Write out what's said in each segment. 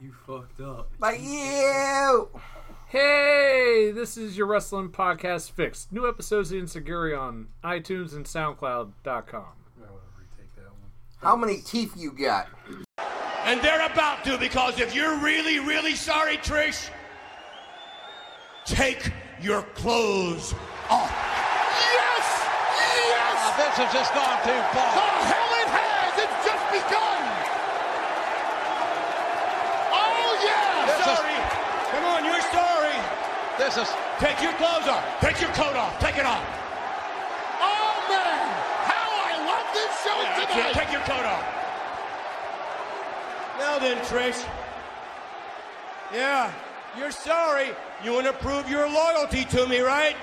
You fucked up. Like you. Hey, this is your wrestling podcast fixed. New episodes of Insecure on iTunes and SoundCloud.com. I want to retake that one. How many teeth you got? And they're about to, because if you're really, really sorry, Trish, take your clothes off. Yes! Yes! This has just gone too far. The hell it has! It's just begun! Oh, yeah! This is- sorry! Come on, you're sorry! This is Take your gloves off! Take your coat off! Take it off! Oh, man! How I love this show tonight! Take your coat off! Now then, Trish. Yeah, you're sorry. You want to prove your loyalty to me, right?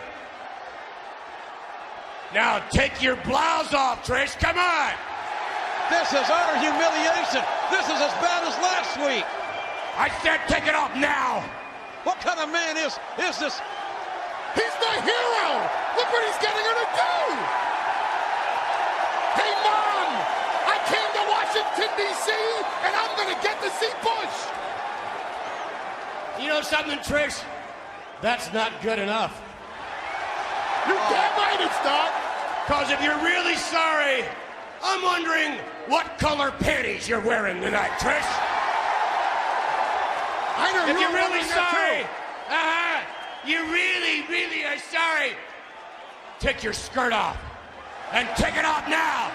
Now take your blouse off, Trish. Come on! this is utter humiliation. This is as bad as last week. I said take it off now! What kind of man is is this? He's the hero! Look what he's getting her to do! Hey, Mom! I came to Washington, D.C., and I'm gonna get to see Bush! You know something, Trish? That's not good enough. You're damn right it's not! Because if you're really sorry, I'm wondering what color panties you're wearing tonight, Trish. I know if you're really sorry, uh-huh, you really, really are sorry, take your skirt off. And take it off now!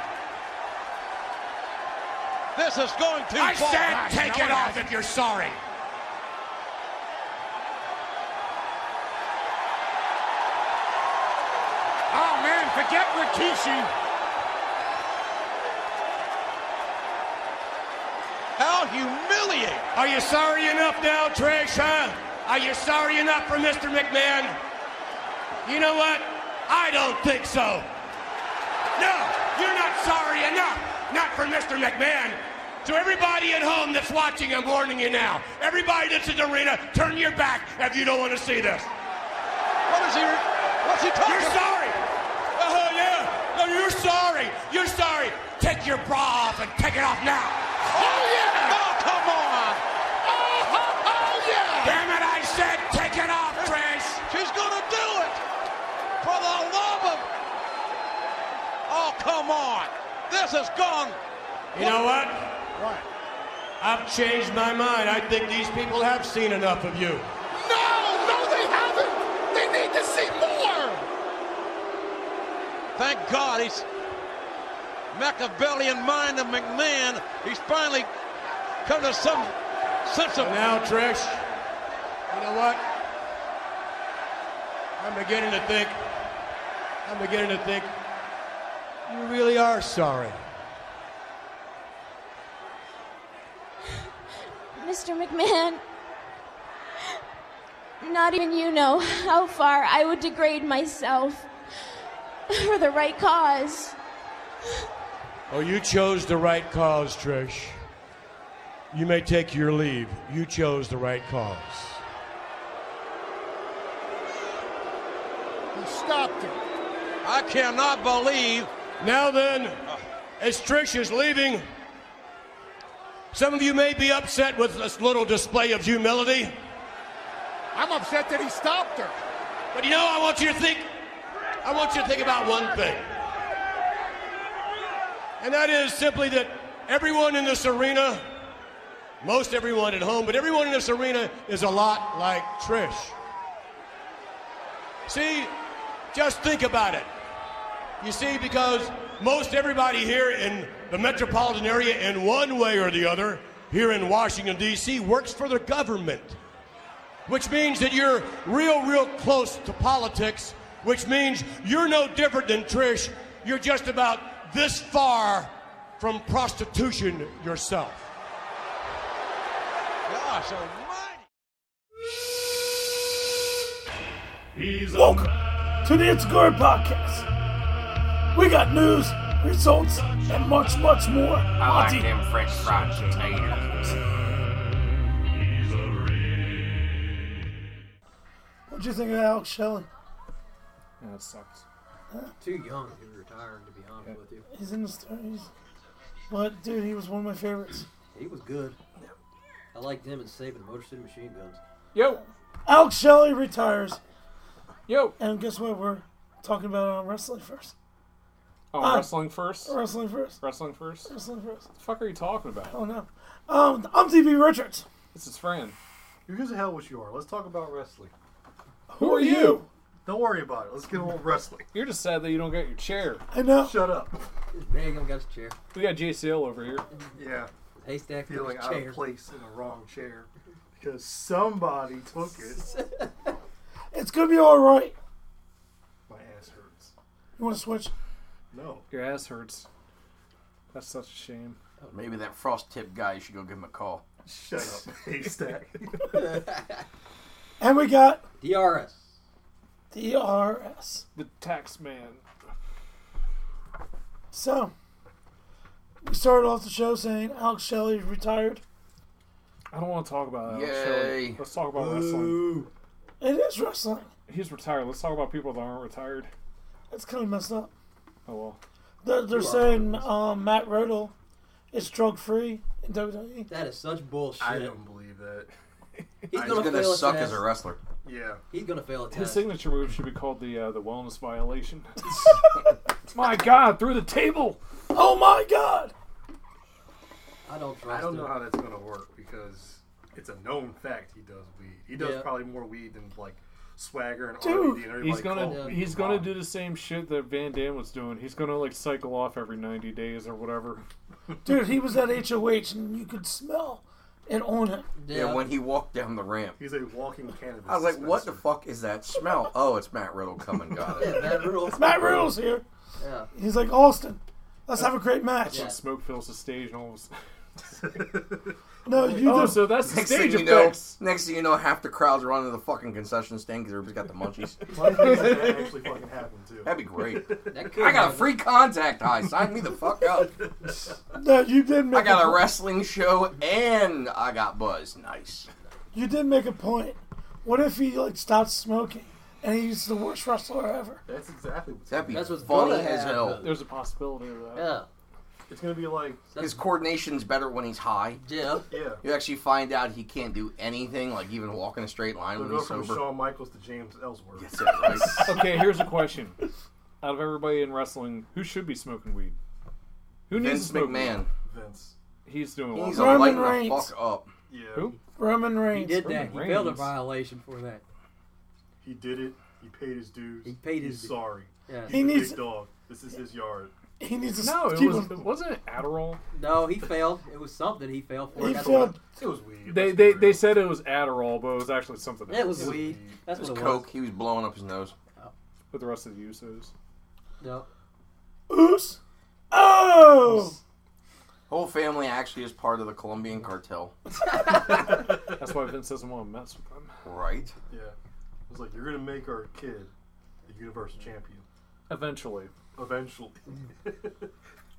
This is going too I far. said take it off if you're sorry. Oh man, forget Rikishi. How humiliating! Are you sorry enough now, Trish, huh? Are you sorry enough for Mr. McMahon? You know what? I don't think so. No, you're not sorry enough. Not for Mr. McMahon. So everybody at home that's watching, I'm warning you now. Everybody that's in the arena, turn your back if you don't want to see this. What is he? What's he talking? You're sorry. Oh yeah. No, you're sorry. You're sorry. Take your bra off and take it off now. Oh yeah. Oh come on! Oh, yeah. Damn it! I said take it off, Trish. She's gonna do it! For the love of! Oh come on! This has gone. You know what? What? I've changed my mind. I think these people have seen enough of you. No, no, they haven't. They need to see more. Thank God he's Machiavellian mind of McMahon. He's finally come to some sense of. Now, Trish, you know what? I'm beginning to think, I'm beginning to think you really are sorry. Mr. McMahon, not even you know how far I would degrade myself for the right cause. Oh, you chose the right cause, Trish. You may take your leave. You chose the right cause. You stopped it. I cannot believe. Now then, as Trish is leaving, some of you may be upset with this little display of humility. I'm upset that he stopped her. But you know, I want you to think. I want you to think about one thing, and that is simply that everyone in this arena, most everyone at home, but everyone in this arena is a lot like Trish. See, just think about it. You see, because most everybody here in the metropolitan area, in one way or the other, here in Washington, D.C., works for the government. Which means that you're real, real close to politics, which means you're no different than Trish. You're just about this far from prostitution yourself. Gosh almighty! Welcome to the It's Good Podcast. We got news, results, and much, much more. I Monty, like them French fried potatoes. what'd you think of Alex Shelley? Yeah, it sucks. Too young to retire, to be honest with you. He's in the stories. But, dude, he was one of my favorites. He was good. I liked him and saving the Motor City Machine Guns. Yo, Alex Shelley retires, yo. and guess what? We're talking about on wrestling first. Oh, Ah. wrestling first. Wrestling first. Wrestling first. What Wrestling first. the fuck are you talking about? Oh no. Um, I'm DB Richards. It's his friend. Who gives a hell what you are? Let's talk about wrestling. Who are you? Don't worry about it. Let's get on wrestling. You're just sad that you don't get your chair. I know. Shut up. Man, I got a chair. We got JCL over here. Yeah, Haystack feeling feeling out chair. of place in the wrong chair because somebody took it. It's gonna be all right. My ass hurts. You want to switch? No, Your ass hurts. That's such a shame. Maybe that frost tip guy you should go give him a call. shut up, haystack. And we got DRS. DRS. The tax man. So we started off the show saying Alex Shelley retired. I don't want to talk about that. Yay. Shelley. Let's talk about wrestling. It is wrestling. He's retired. Let's talk about people that aren't retired. That's kind of messed up. Oh well. They're, they're saying um, Matt Riddle is drug free in E. WWE. That is such bullshit. I don't believe that. He's He's gonna, gonna fail suck a as test. a wrestler. Yeah, He's gonna fail a His test. signature move should be called the uh, the wellness violation. My God, through the table. Oh my God! I don't trust I don't him. know how that's gonna work because it's a known fact he does weed. He does Yeah. probably more weed than like Swagger and Dude, RVD and everybody. He's gonna "Oh, called weed he's gonna pop. do the same shit that Van Dam was doing. He's gonna like cycle off every ninety days or whatever. Dude, he was at HOH and you could smell it on him. Yeah. when he walked down the ramp. He's a walking cannabis. I was like, what the dispenser. fuck is that smell? Oh, it's Matt Riddle come and got Yeah, it. Matt Riddle. Matt Riddle's here. Yeah. He's like, Austin, let's have a great match. Yeah. Smoke fills the stage and all. Of a sudden- No, you Oh, just so that's the Next thing, stage you know, effects. next thing you know, half the crowd's running to the fucking concession stand because everybody's got the munchies. Why do you think that actually fucking happened too? That'd be great. That could I got a happen. free contact high. Sign me the fuck up. no, you did make I got a, a wrestling show and I got buzz. Nice. you did make a point. What if he like stopped smoking and he's the worst wrestler ever? That's exactly what's. That'd be That's what's funny gonna as hell. happen. There's a possibility of that. Yeah. It's gonna be like, His coordination's better when he's high. Yeah. yeah. You actually find out he can't do anything, like even walking a straight line They'll when go he's from sober. Shawn Michaels to James Ellsworth. That's it, right? Okay, here's a question. Out of everybody in wrestling, who should be smoking weed? Who needs to Vince smoke McMahon. Vince. Weed? He's doing a He's lot. a Roman lighting the Reigns. fuck up. Yeah. Who? Roman He Reigns. did that. He Roman failed a Reigns. violation for that. He did it. He paid his dues. He paid his He's dues. sorry. Yeah. He's He a needs- big dog. This is his yard. He needs to No, it keep was, him- wasn't it Adderall. No, he failed. It was something he failed for. He That's failed. It was weed. They Let's they be they real. said it was Adderall, but it was actually something what- else. It was weed. That's It was what it coke. He was blowing up his nose. With the rest of the Usos. was. No. Oops. Oh, Whole family actually is part of the Colombian cartel, That's why Vince doesn't want to mess with them. right? Yeah. It was like, you're gonna make our kid the universal champion Eventually. eventually.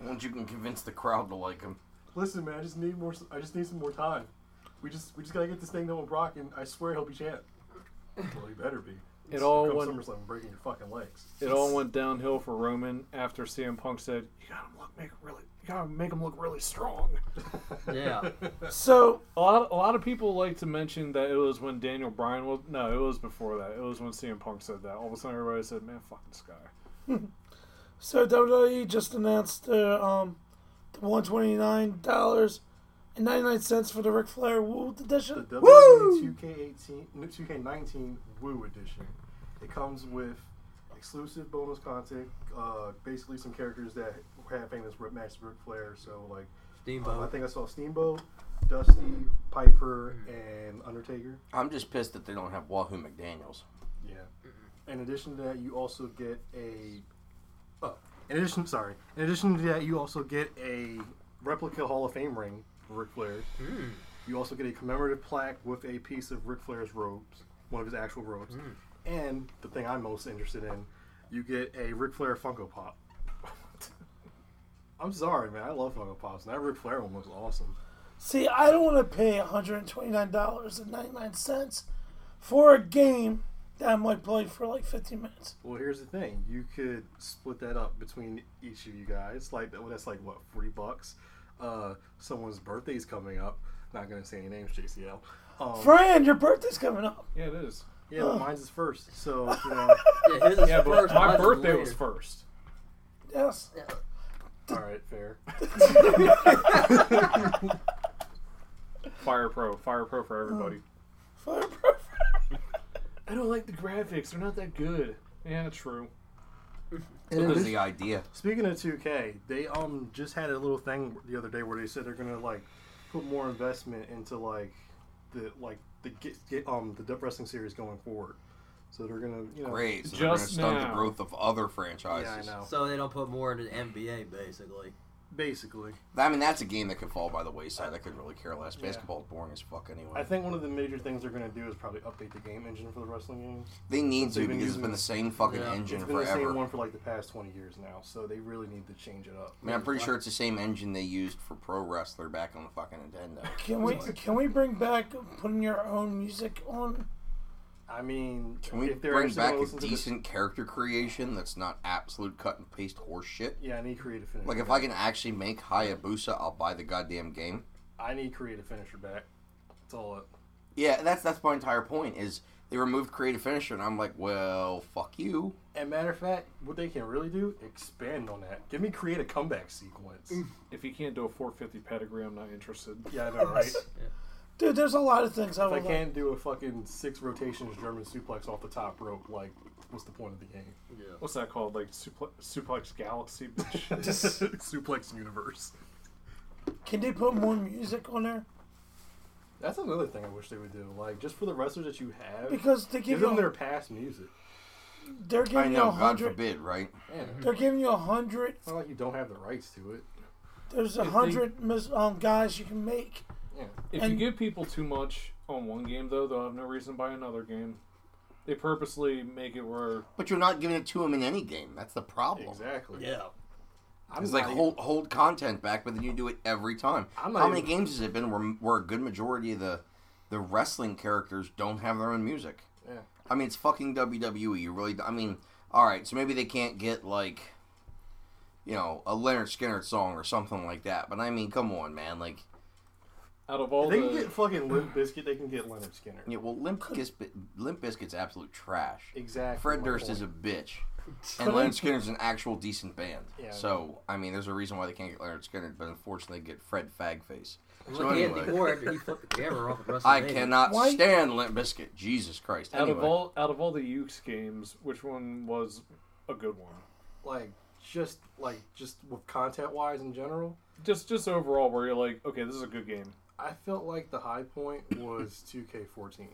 Once you can convince the crowd to like him. Listen, man, I just need more. I just need some more time. We just we just gotta get this thing done with Brock, and I swear he'll be champ. Well, he better be. It all Come went SummerSlam, I'm breaking your fucking legs. it all went downhill for Roman after CM Punk said, You gotta look make really you gotta make him look really strong. Yeah. so A lot a lot of people like to mention that it was when Daniel Bryan was no, it was before that. It was when CM Punk said that. All of a sudden everybody said, Man, fuck this guy. so WWE just announced the um the one twenty nine dollars and ninety nine cents for the Ric Flair World The Edition. WWE 2K18, no, 2K19 Woo Edition. It comes with exclusive bonus content, uh, basically some characters that have famous rip match Ric Flair. So like, um, I Steamboat. think I saw Steamboat, Dusty, Piper, Mm-hmm. and Undertaker. I'm just pissed that they don't have Wahoo McDaniels. Yeah. In addition to that, you also get a. Oh, in addition, sorry. In addition to that, you also get a replica Hall of Fame ring for Ric Flair. You also get a commemorative plaque with a piece of Ric Flair's robes, one of his actual robes. And the thing I'm most interested in, you get a Ric Flair Funko Pop. I'm sorry, man. I love Funko Pops, and that Ric Flair one was awesome. See, I don't want to pay one hundred twenty nine dollars and ninety nine cents for a game that I might play for like fifteen minutes. Well, here's the thing: you could split that up between each of you guys. Like, well, that's like what forty bucks. Uh, someone's birthday's coming up. Not gonna say any names, JCL. Um, Fran, your birthday's coming up. Yeah, it is. Yeah, but mine's is first. So you know. Yeah, his is Yeah, but first, my mine's birthday later. was first. Yes. all right, fair. Fire Pro, Fire Pro for everybody. Fire pro- Oh, I don't like the graphics; they're not that good. Yeah, true. It was the idea. Speaking of 2K, they um just had a little thing the other day where they said they're gonna like put more investment into like the like the get, get um the Dep Wrestling series going forward. So they're gonna you know Great. So they're going to Just stunt the now. growth of other Yeah, I franchises. know. So they don't put more into the NBA, basically. Basically, I mean, that's a game that could fall by the wayside. I could really care less. Basketball's boring as fuck anyway. I think one of the major things they're gonna do is probably update the game engine for the wrestling games. they need to they've been because it's using been the this- same fucking Yeah, engine It's been the forever. same one for like the past 20 years now, so they really need to change it up. I mean, I'm pretty sure it's the same engine they used for Pro Wrestler back on the fucking Nintendo. Can we can we bring back putting your own music on? I mean, Can we if they're bring actually gonna back a listen to this- decent character creation that's not absolute cut and paste horse shit? yeah, I need creative finisher. Like, if I can actually make Hayabusa, I'll buy the goddamn game. I need creative finisher back. That's all. It, Yeah, that's that's my entire point. Is they removed creative finisher, and I'm like, well, fuck you. And matter of fact, what they can really do, expand on that. Give me create a comeback sequence. Mm. If you can't do a 450 pedigree, I'm not interested. yeah, I know, right? if Dude, there's a lot of things I I would like. can't do a fucking six rotations German suplex off the top rope, like, what's the point of the game? What's that called? Like suplex, suplex Galaxy? bitch? suplex universe. Can they put more music on there? That's another thing I wish they would do. Like, just for the wrestlers that you have, Because they give give them their you past music. they're I giving you know, a God hundred forbid, right? Yeah, it's they're giving you a hundred not like you don't have the rights to it. there's a hundred mis- um guys you can make. Yeah. If you And- give people too much on one game, though, they'll have no reason to buy another game. They purposely make it where But you're not giving it to him in any game. That's the problem. Exactly. Yeah. I'm It's like not- hold hold content back, but then you do it every time. I'm not How many even- games has it been where, where a good majority of the the wrestling characters don't have their own music? Yeah. I mean, it's fucking WWE. You really? I mean, all right. So maybe they can't get like, you know, a Leonard Skinner song or something like that. But I mean, come on, man. Like, out of all They the can get fucking Limp Biscuit. They can get Leonard Skinner. yeah, well, Limp Bizkit, Limp Bizkit's absolute trash. Exactly. Fred my Durst point. is a bitch, and Leonard Skinner's an actual decent band. Yeah. So I mean, there's a reason why they can't get Leonard Skinner, but unfortunately, they get Fred Fagface. So Look at anyway. Anthony Moore after he flipped the camera off of WrestleMania. I cannot Why- stand Limp Biscuit. Jesus Christ. out Anyway, of all out of all the Ukes games, which one was a good one? like just like just with content wise in general, Just just overall, where you're like, okay, this is a good game. I felt like the high point was 2K14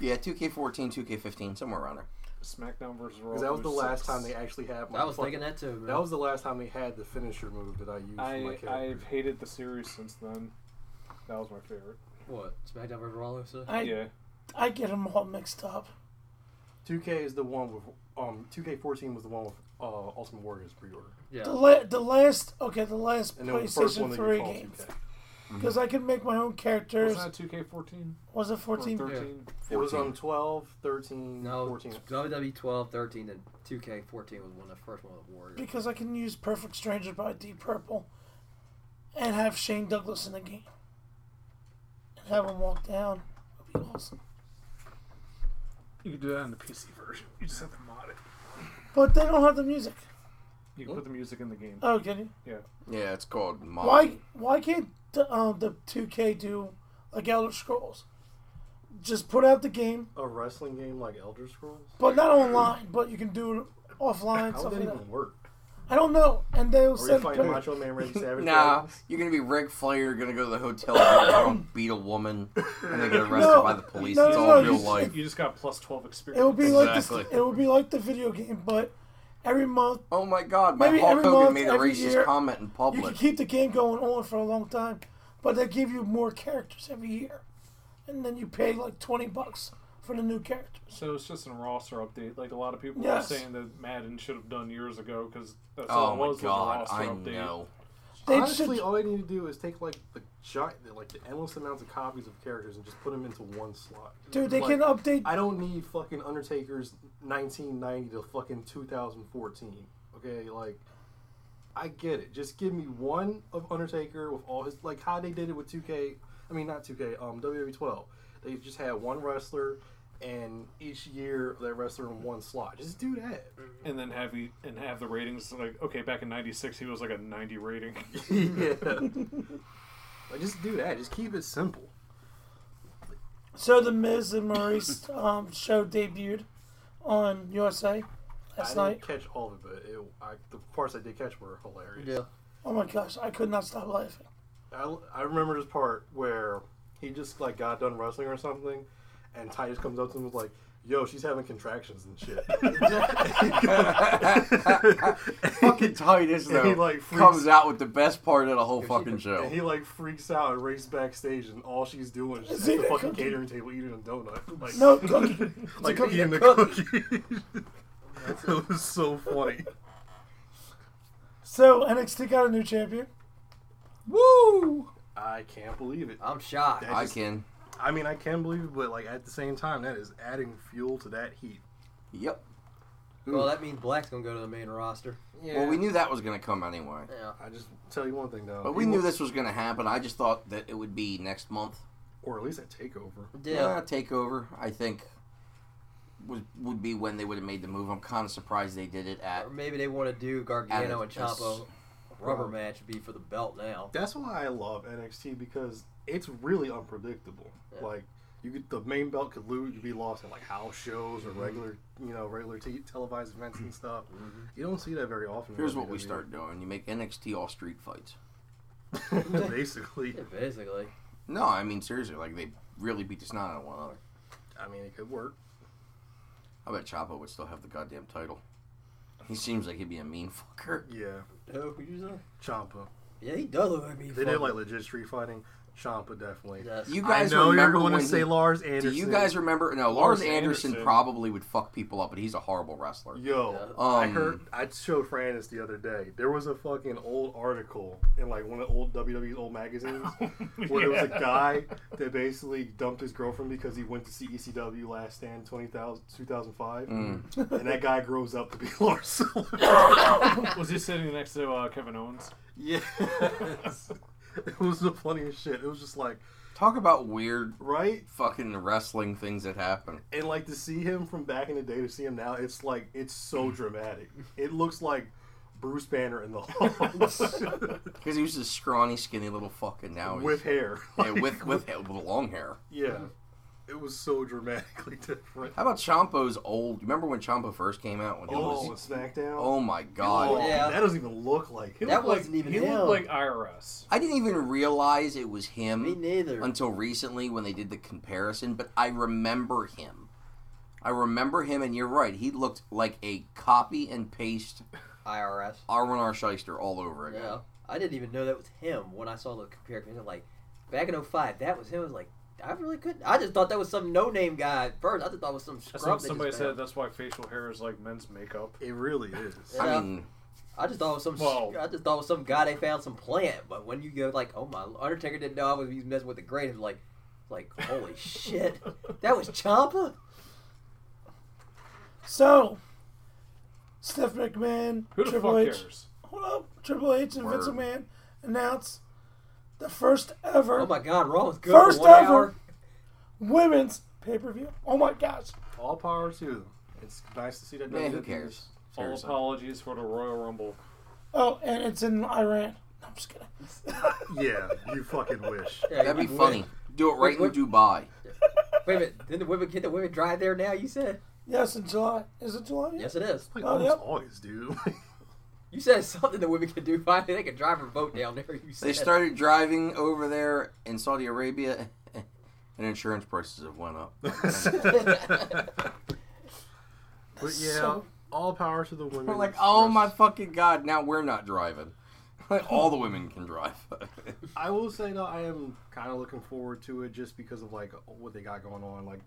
yeah, 2K14, 2K15, somewhere around there. SmackDown versus Raw. because that was the was six. last time they actually had. My I was fucking- thinking that too, man. That was the last time they had the finisher move that I used for my I character. I've hated the series since then. That was my favorite. what SmackDown vs. Raw. So? I Yeah, I get them all mixed up. 2K is the one with um 2K14 was the one with uh, Ultimate Warriors pre-order, Yeah. The, la- the last okay the last and it was the first one PlayStation that Three you called game 2K. because I could make my own characters. was that 2K14 Was it or fourteen? 13? It was um, 14. on 12, 13, no, 14. WWE 12, 13, and 2K 14 was one of the first one of the Warriors. Because I can use Perfect Stranger by Deep Purple, and have Shane Douglas in the game, and have him walk down. That'd be awesome. You can do that in the PC version. You just have to mod it. But they don't have the music. You can put the music in the game. Oh, can you? Yeah. Yeah, it's called Mod. Why why can't the um, the two K do like Elder Scrolls? Just put out the game, A wrestling game like Elder Scrolls? but not online. But you can do it offline. How Stuff would that like that. even work? I don't know. And they'll Were you send. fighting Macho Man Randy Savage? Nah, dragons? you're gonna be Ric Flair. You're gonna go to the hotel, you're gonna beat a woman, and they get arrested No, by the police. no, it's no, all no, real you- life. You just got plus 12 experience. It would be like Exactly. this, it would be like the video game, but every month Oh my God! My Maybe Hulk every Hogan month, made a every racist year, comment in you can public. keep the game going on for a long time, but they give you more characters every year, and then you pay like twenty bucks for the new characters. So it's just an roster update. Like a lot of people Yes. are saying that Madden should have done years ago because that's all oh it my was God! was a I roster update. know. They Honestly, should, all they need to do is take like the giant, like the endless amounts of copies of characters and just put them into one slot. dude, they Like, can update. I don't need fucking Undertaker's 1990 to fucking 2014. Okay, like I get it. Just give me one of Undertaker with all his like how they did it with 2K I mean, not 2K. Um, WWE 12. They just had one wrestler, and each year that wrestler in one slot. Just do that. and then have he and have the ratings like okay back in 96 he was like a 90 rating yeah. like, just do that. Just keep it simple. So the Miz and Maurice um, show debuted on USA last I night. didn't catch all of it, but it, I, the parts I did catch were hilarious. Oh my gosh, I could not stop laughing. I, I remember this part where he just like got done wrestling or something, and Titus comes up to him and was like, "Yo, she's having contractions and shit." fucking Titus And though he, like, freaks- comes out with the best part of the whole fucking show. and he like freaks out and races backstage, and all she's doing is just at the fucking catering table eating a donut. Like, No, cookie. like cookie. eating the cookie. that was so funny. So NXT got a new champion. Woo! I can't believe it. I'm shocked. That I just- can. I mean, I can believe it, but like at the same time, that is adding fuel to that heat. Yep. Well, that means Black's gonna go to the main roster. Yeah. Well, we knew that was gonna come anyway. Yeah. I just tell you one thing though. But we knew this was gonna happen. I just thought that it would be next month. or at least a takeover. Yeah, takeover. I think would would be when they would have made the move. I'm kind of surprised they did it at. Or maybe they want to do Adam, Gargano and that's- Ciampa rubber match would be for the belt now. That's why I love NXT because it's really unpredictable. Yeah. Like you could, the main belt could lose, you'd be lost at like house shows or Mm-hmm. regular, you know, regular t- televised events and stuff. You don't see that very Mm-hmm. often. in E. Here's what we WWE. start doing: you make NXT all street fights. Basically, Yeah, basically. No, I mean seriously, like they really beat the snot out of one another. I mean, it could work. I bet Ciampa would still have the goddamn title. He seems like he'd be a mean fucker. Yeah, Oh, who'd you say? Champa. Yeah, he does look like me. They did like legit street fighting. Champa definitely. Yes. You I guys know you're remember going when to say he- Lars Do Anderson. you guys remember? No, Lars Lars Anderson, Anderson. probably would fuck people up, but he's a horrible wrestler. Yo, Yeah. I Um, heard. I showed Fran this the other day. There was a fucking old article in like one of the old WWE's old magazines where there was a guy that basically dumped his girlfriend because he went to see ECW Last Stand 20,000 2005, and that guy grows up to be Lars. was he sitting next to uh, kevin owens yeah, it was the funniest shit. It was just like Talk about weird right. fucking wrestling things that happen. and like to see him from back in the day to see him now, it's like it's so dramatic. It looks like Bruce Banner in the Hulk Because he was this scrawny, skinny little fuck, and now he's with hair. yeah, with with, with long hair. yeah, it was so dramatically different. How about Champo's old? Remember when Champa first came out? When he Oh, was, SmackDown. oh my god! Oh, Yeah. that doesn't even look like him. That wasn't even he him. looked like irs I didn't even realize it was me him neither. until recently when they did the comparison. But I remember him. I remember him, and you're right. He looked like a copy and paste IRS. R1R Shyster all over again. Yeah. I didn't even know that was him when I saw the comparison. Like back in 05, that was him. I was like, I really couldn't. I just thought that was some no-name guy at first. I just thought it was some that's scrub. what they somebody just said found. that's why facial hair is like men's makeup It really is. Yeah. I mean, I just thought it was some. Well- I just thought it was some guy they found some plant. But when you go like, oh my, Undertaker didn't know I was he was messing with the grave. Like, like holy shit, that was Champa. So Steph McMahon, who the Triple fuck H, cares hold up, Triple H and Vince Word. McMahon announced the first ever Oh my god, Raw was good First for one ever. hour. women's pay per view. Oh my gosh! All power to them. It's nice to see that. man, who WWE cares? all Seriously. apologies for the royal rumble Oh, and it's in Iran. No, I'm just kidding. Yeah, you fucking wish. Yeah, That'd you be would. funny. Do it right in Wait, Dubai. Wait a minute, didn't the women get the women drive there now? You said Yes, in July. Is it July? yet? yes, it is. Like Oh, almost yep. always, dude. You said something that women can do. Finally, they can drive a boat down there. You said They started driving over there in Saudi Arabia, and insurance prices have went up. But yeah, So- all power to the women. We're like, oh my fucking god! Now we're not driving. Like all the women can drive. I will say though, I am kind of looking forward to it just because of like what they got going on. Like,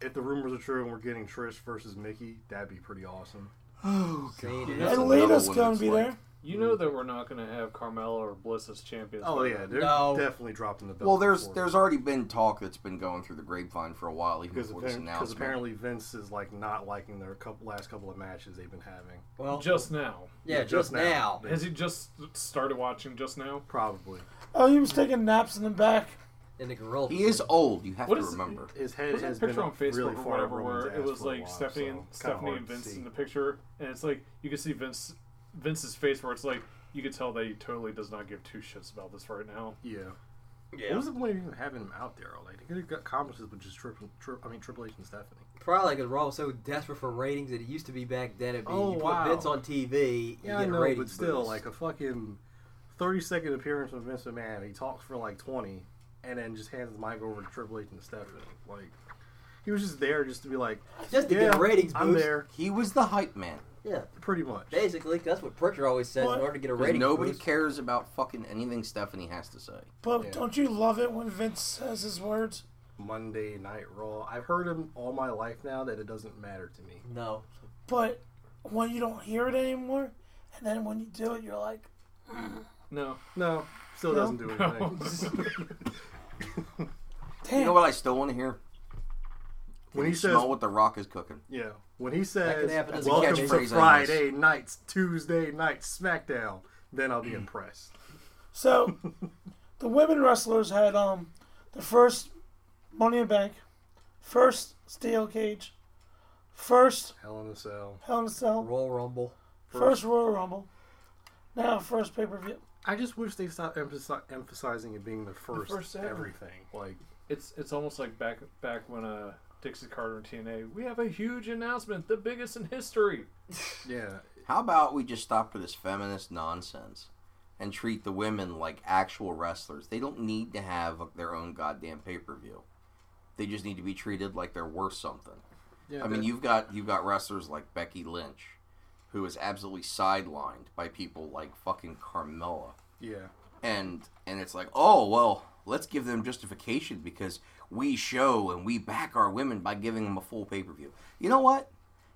if the rumors are true and we're getting Trish versus Mickey, that'd be pretty awesome. Seen it. That's and another Lita's one gonna that's be like- there. you know that we're not going to have carmella or bliss as champions Oh by yeah, then. they're No. definitely dropping the belt. well, there's before there's already been talk that's been going through the grapevine for a while, even because before this apparent- 'cause announcement. apparently Vince is like not liking their couple, last couple of matches they've been having. Well, just now yeah, just now. has he just started watching just now Probably. Oh, he was taking naps in the back. in the gorilla. He is old. You have What to is- remember. His head There's has a picture been on Facebook really or far whatever over where everyone's it ass was for a like while, Stephanie so and it's kinda Stephanie hard and to Vince see. in the picture, and it's like you can see Vince Vince's face where it's like you could tell that he totally does not give two shits about this right now. Yeah. What was the point of even having him out there all night? They could have got conferences with just Triple, tri- I mean Triple H and Stephanie. Probably because Raw was so desperate for ratings that it used to be back then. It'd be Oh, you put wow. Vince on TV, Yeah, you I get a know, ratings but still, boost. like a fucking thirty-second appearance from Vince McMahon. He talks for like twenty, and then just hands the mic over to Triple H and Stephanie. Like he was just there just to be like, Just to uh, yeah, get a ratings boost. I'm there. He was the hype man. Yeah, pretty much. Basically, that's what Pritchard always says in order to get a Because rating. Nobody boost. cares about fucking anything Stephanie has to say. But don't you love it when Vince says his words? Monday Night Raw. I've heard him all my life now that it doesn't matter to me. No. But when you don't hear it anymore, and then when you do it, you're like, "Mm." No. No. Still No? doesn't do anything. You know what I still want to hear? When When he you says- smell what the Rock is cooking. Yeah. When he That could says, happen as a "Welcome catchphrase, I to guess. Friday nights, Tuesday nights, SmackDown," then I'll be impressed. So, the women wrestlers had um the first Money in the Bank, first Steel Cage, first Hell in a Cell. Hell in a Cell, Royal Rumble, first Royal Rumble, now first pay per view. I just wish they stopped emphasi- emphasizing it being the first, first ever. everything. Like It's it's almost like back back when uh Dixie Carter and TNA, we have a huge announcement, the biggest in history. Yeah. How about we just stop with this feminist nonsense and treat the women like actual wrestlers? They don't need to have their own goddamn pay per view. They just need to be treated like they're worth something. Yeah, I mean, that- you've got you've got wrestlers like Becky Lynch, who is absolutely sidelined by people like fucking Carmella. Yeah. and and it's like oh well let's give them justification because we show and we back our women by giving them a full pay-per-view you know what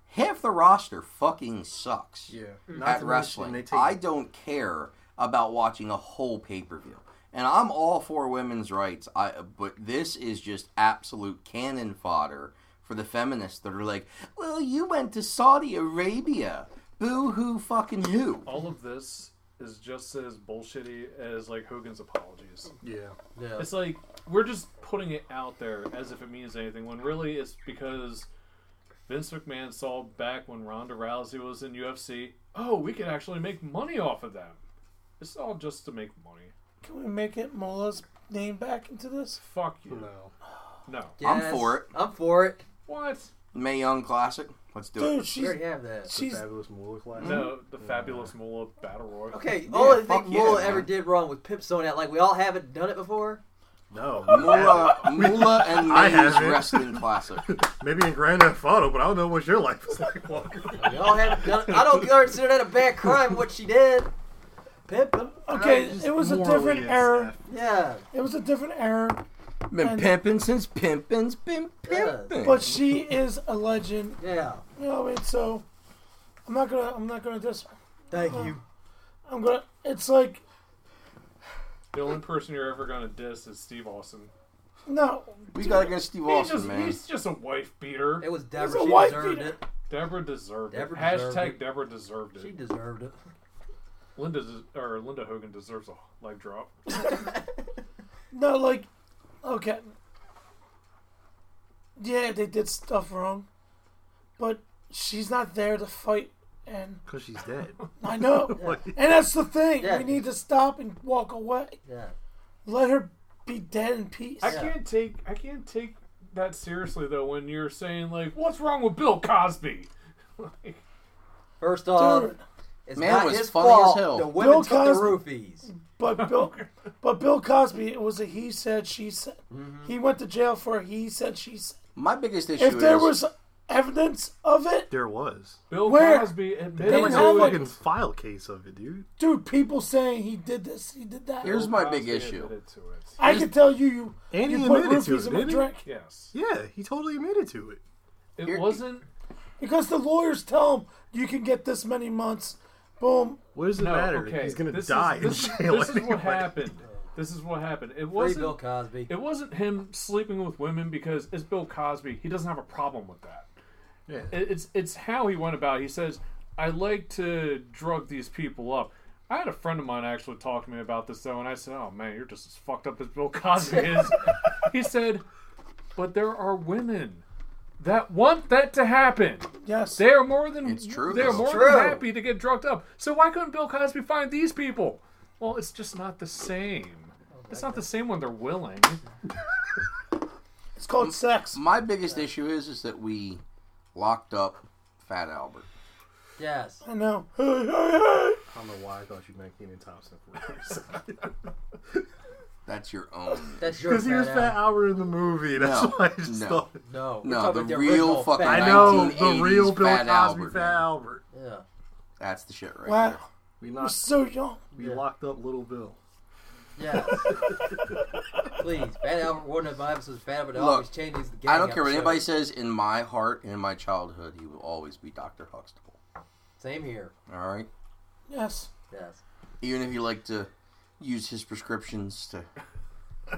half the roster fucking sucks Yeah. Not at to mention wrestling they take- i don't care about watching a whole pay-per-view and i'm all for women's rights I, but this is just absolute cannon fodder for the feminists that are like well you went to saudi arabia boo hoo fucking who All of this is just as bullshitty as like Hogan's apologies. Yeah. Yeah. It's like we're just putting it out there as if it means anything when really it's because Vince McMahon saw back when Ronda Rousey was in UFC, oh, we could actually make money off of them. It's all just to make money. Can we make it Mola's name back into this? Fuck you. No. No. I'm for it. I'm for it. What? May Young Classic. Let's do it. Dude, she's the She's fabulous Moolah class. No, the fabulous Moolah Battle Royal. Okay, Yeah, all I fuck think yeah, Mola man. ever did wrong was pimp someone out. Like we all haven't done it before. No. Moolah, Moolah and I May's haven't. Wrestling Classic. Maybe in Grand Theft Auto, but I don't know what your life is like. Walker. We all haven't done. It. I don't consider that a bad crime. What she did, pimp. him. Okay, I- it was a morally, different it's error. Yeah. It was a different error. Been And- pimping since pimping's been pimping. But she is a legend. Yeah. You know what I mean? So I'm not gonna I'm not gonna diss her. Thank you. I'm gonna it's like The only person you're ever gonna diss is Steve Austin. no we got against Steve He's Austin, just, man. he's just a wife beater. It was Deborah. Deborah. She deserved it. Deborah deserved Deborah it. deserved Hashtag it. Deborah deserved it. She deserved it. Linda des- or Linda Hogan deserves a leg drop. no like okay. Yeah, they did stuff wrong. But she's not there to fight and Because she's dead. I know. Like- And that's the thing. Yeah. We need to stop and walk away. Yeah. Let her be dead in peace. I can't take I can't take that seriously though when you're saying like, what's wrong with Bill Cosby? like, First off, Dude. it's Man not was his funny as fault. hell. The women Bill took Cosby- the roofies. But Bill, but Bill Cosby, it was a he said she said. Mm-hmm. He went to jail for a he said she said. My biggest issue If there is was evidence of it, There was. Bill Where? Cosby They admitted had They like have, a like- fucking file case of it, dude. dude, people saying he did this, he did that. Here's my big issue. I can tell you, you And you he put admitted to roofies it, in my didn't he? drink Yes. Yeah, he totally admitted to it. It wasn't. because the lawyers tell him you can get this many months. Boom. What does it No, matter? okay. He's gonna This is- die this in is- jail. This is anyway. what happened. This is what happened. It wasn't Bill Cosby. It wasn't him sleeping with women because it's Bill Cosby. He doesn't have a problem with that. Yeah. It- It's it's how he went about. it. He says, "I like to drug these people up." I had a friend of mine actually talk to me about this though, and I said, "Oh man, you're just as fucked up as Bill Cosby is." he said, "But there are women that want that to happen. Yes, they are more than it's true. They are though. more than happy to get drugged up. So why couldn't Bill Cosby find these people? Well, it's just not the same. It's not the same when they're willing. It's called sex. My biggest issue is is that we locked up Fat Albert. Yes. I know. Hey, hey, I don't know why I thought you meant Keenan Thompson for That's your own. That's your Because he was Fat Albert in the movie. That's No, why I just no. thought. No, No, the real fucking I know the 1980s real Bill Fat Cosby Albert, Fat man. Albert. Yeah. That's the shit right Wow. there. We We're so young. We locked up Little Bill. Yes. Please, Fat Albert one of my episodes. Fat Albert always Look, changes the game. I don't care what anybody says. In my heart, and in my childhood, he will always be Doctor Huxtable. Same here. All right, Yes. Yes. even if you like to use his prescriptions to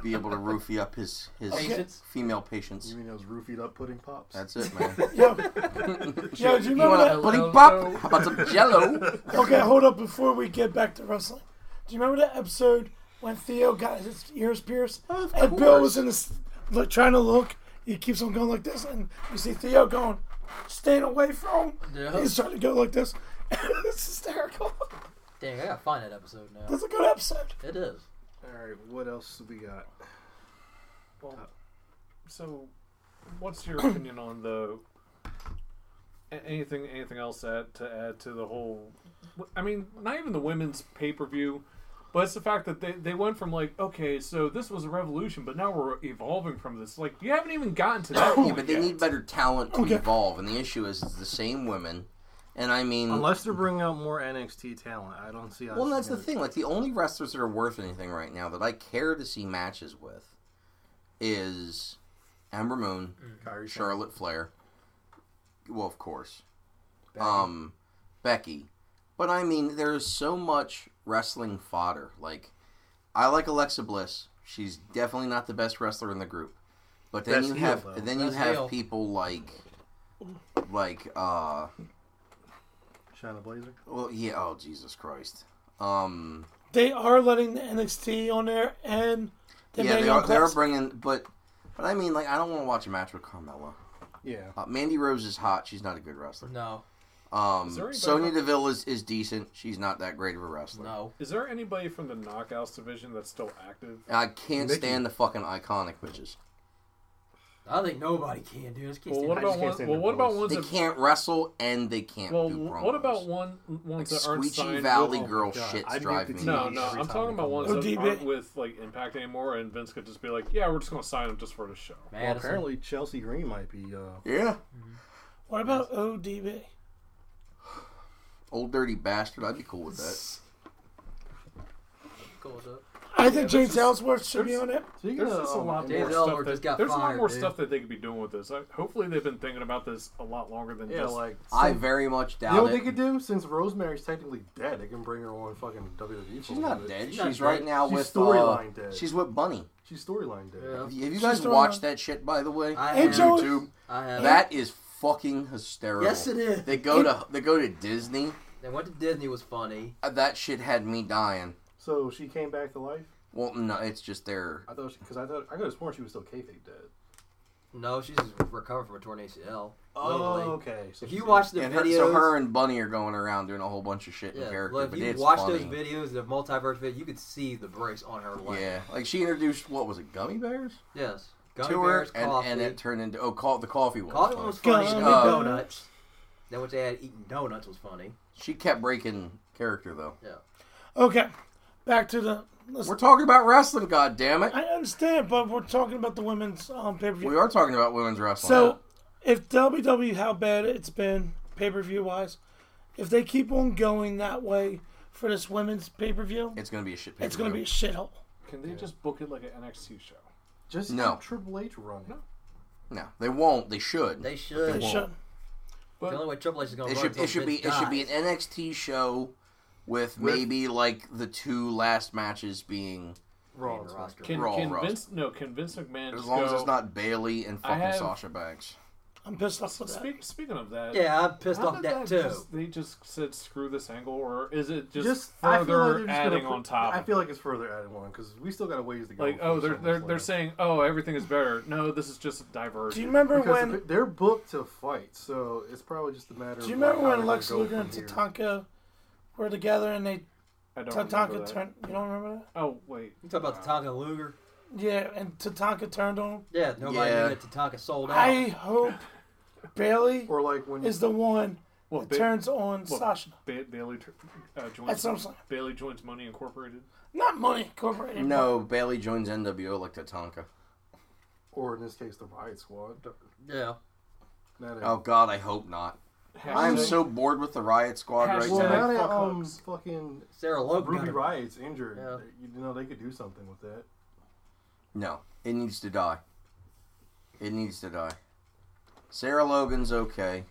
be able to roofie up his his Patients? female patients. You mean those roofied up pudding pops? That's it, man. Yo, yo, do you remember want that? a pudding pop? How about some Jello? Okay, hold up before we get back to wrestling. Do you remember that episode when Theo got his ears pierced? and Bill was in this, like, trying to look. He keeps on going like this, and you see Theo going, staying away from him. Yeah. He's trying to go like this. it's hysterical. Dang, I gotta find that episode now. That's a good episode. It is. All right, what else we got? Oh. Well, so what's your opinion on the a- anything anything else to add, to add to the whole? I mean, not even the women's pay per view, but it's the fact that they they went from like okay, so this was a revolution, but now we're evolving from this. Like you haven't even gotten to that yeah, point but they yet. need better talent to evolve, and the issue is it's the same women. And I mean, Unless they're bringing out more NXT talent, I don't see. How well, this that's is the gonna- thing. Like the only wrestlers that are worth anything right now that I care to see matches with is Amber Moon, Kyrie Mm, Sane. Charlotte Flair. Well, of course, um, Becky. But I mean, there is so much wrestling fodder. Like, I like Alexa Bliss. She's definitely not the best wrestler in the group. But then Best you heel, have though. then you Best have heel. people like like uh Shayna Blazer. well yeah oh Jesus Christ um They are letting the NXT on there, and they're yeah bringing they on are they're class- bringing but but I mean like I don't want to watch a match with Carmella. Yeah. Uh, Mandy Rose is hot. She's not a good wrestler. No. Um, Is there anybody- Sonya Deville is, is decent. She's not that great of a wrestler. No. Is there anybody from the knockouts division that's still active? And I can't Nikki. stand the fucking iconic bitches. I think nobody can, dude. I just can't Well, stand what it. about can't one, stand well, their what about voice. ones They that can't wrestle and they can't Well, do promos. what about one ones that aren't squeegee signed valley with, girl my God. shits I need drive to me. see No, Every no, I'm talking time they about come ones out. that ODB. aren't with like Impact anymore, and Vince could just be like, "Yeah, we're just gonna sign him just for the show." Well, Madison. apparently Chelsea Green might be. Uh, Yeah, What about ODB? old dirty bastard. I'd be cool with that. Cool, dude. I think James Ellsworth should be there's- on it. speaking There's of, just a um, lot Dave more Elmer stuff. That, just got there's a lot fired, more dude. stuff that they could be doing with this. I, hopefully, they've been thinking about this a lot longer than yeah, just like I very much doubt You know what it. they could do? Since Rosemary's technically dead, they can bring her on fucking WWE. She's for a little not bit. dead. She's She's, not right dead. now She's with storyline uh, dead. She's with Bunny. She's storyline dead. Yeah. Have you guys storyline- watched that shit by the way? I Hey, have. Joey. YouTube. I have. That is fucking hysterical. Yes, it is. They go to they go to Disney. They went to Disney was funny. Uh, That shit had me dying. So she came back to life. Well, no, it's just their I thought because I thought I could have sworn she was still kayfabe dead. No, she's just recovered from a torn ACL. Oh, Literally. okay. So If she- you watch the and her, videos, so her and Bunny are going around doing a whole bunch of shit in yeah, character. well, but if you it's watch funny. those videos, the multiverse video, you could see the brace on her leg. Yeah, like she introduced what was it, gummy bears Yes. Gummy to bears, her, and, coffee. and it turned into oh, call the coffee one. coffee Fine. was funny. Um, Gummy Gummy Uh, donuts. Then what they had eating donuts was funny. She kept breaking character though. Yeah. Okay, back to the. Listen, We're talking about wrestling, god damn it. I understand, but we're talking about the women's um, pay per view. We are talking about women's wrestling. So, if WWE, how bad it's been pay per view wise, if they keep on going that way for this women's pay per view, it's gonna be a shit. it's going to be a pay-per-view. shithole. can they just book it like an NXT show? just No. keep Triple H running. no. They won't. They should. They should. They should. The only way Triple H is going it to should. It should be. It should be an NXT show with, maybe like the two last matches being Raw. the roster. Can, Raw, can Raw. Vince? No, can Vince McMahon? as just long as go, it's not Bailey and I fucking have- Sasha Banks. I'm pissed off with that. Speak, speaking of that, Yeah, I'm pissed how off did that too. just- they just said screw this angle, or is it just, I feel like further they're just gonna adding put- on top? I feel like it's further adding on because we still got a ways to go. like before oh, they're SummerSlam. they're, they're saying oh everything is better. No, this is just a diversion. Because they're booked to fight? So it's probably just a matter. Do you of remember how when they're Lex gonna go Luger and from here. Tatanka were together and they I don't remember Tatanka that. turned? You don't remember that? Oh wait, you talk about Tatanka Luger. Yeah, and Tatanka turned on him. Yeah, nobody Yeah. knew that Tatanka sold out. I hope Bailey or like when is the one that Ba- turns on well, Sasha. Ba- Bailey tur- uh, joins. That's what I'm saying. Bailey joins Money Incorporated. Not Money Incorporated. No, Bailey joins NWO like Tatanka. Or in this case, the Riot Squad. Yeah. Now they- Oh God, I hope not. I am Hashtag- so bored with the Riot Squad right well, now. now that um, fucking Sarah Logan Ruby got a- Riot's injured. You know they could do something with that. No, it needs to die. It needs to die. Sarah Logan's okay.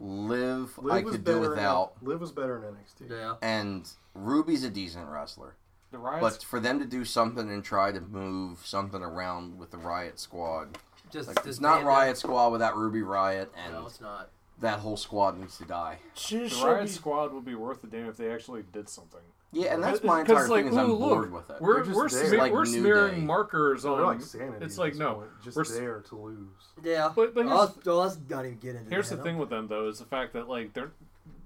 Liv, Liv I was could do better in- without, Liv was better in NXT. Yeah. and Ruby's a decent wrestler. The Riot but for them to do something and try to move something around with the Riot Squad, Just- like, just it's not man Riot Squad without Ruby Riot, and No, it's not. that whole squad needs to die. the Riot Squad would be worth the damn if they actually did something. Yeah, and that's Because- my because, entire thing is I'm bored with it. We're, They're just we're, there. sme- Like we're New smearing Day. markers They're on. like sanity Um, it's at like this no, point, just we're s- there to lose. Yeah, But, but here's, let's, let's not even get into here's that. the thing with them though is the fact that like they're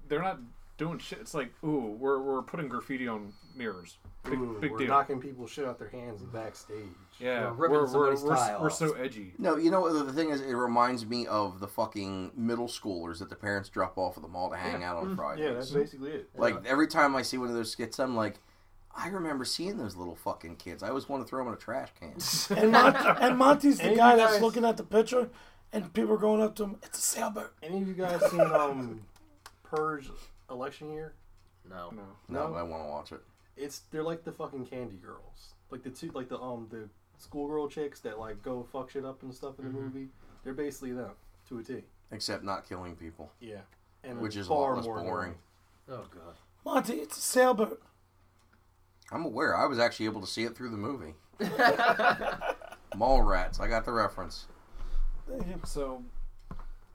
they're not doing shit. It's like ooh, we're we're putting graffiti on mirrors. Big, Ooh, big we're deal. knocking people shit out their hands backstage. yeah, We're we're ripping we're, we're, somebody's s- tie we're off. so edgy. No, you know what the thing is? It reminds me of the fucking middle schoolers that the parents drop off at the mall to hang out on Fridays. Yeah, that's basically it. Like every time I see one of those skits, I'm like, I remember seeing those little fucking kids. I always want to throw them in a trash can. And, Mont- and Monty's the Any guy of you that's guys- looking at the picture, and people are going up to him. It's a sailboat. Any of you guys seen um, Purge election year? No. No. no, but I want to watch it. It's they're like the fucking candy girls, like the two, like the um the schoolgirl chicks that like go fuck shit up and stuff in Mm-hmm. the movie. They're basically them to a T. Except not killing people. Yeah, and which is a far lot less more boring. Oh god. Monty, it's a sailboat. I'm aware. I was actually able to see it through the movie. mall rats. I got the reference. So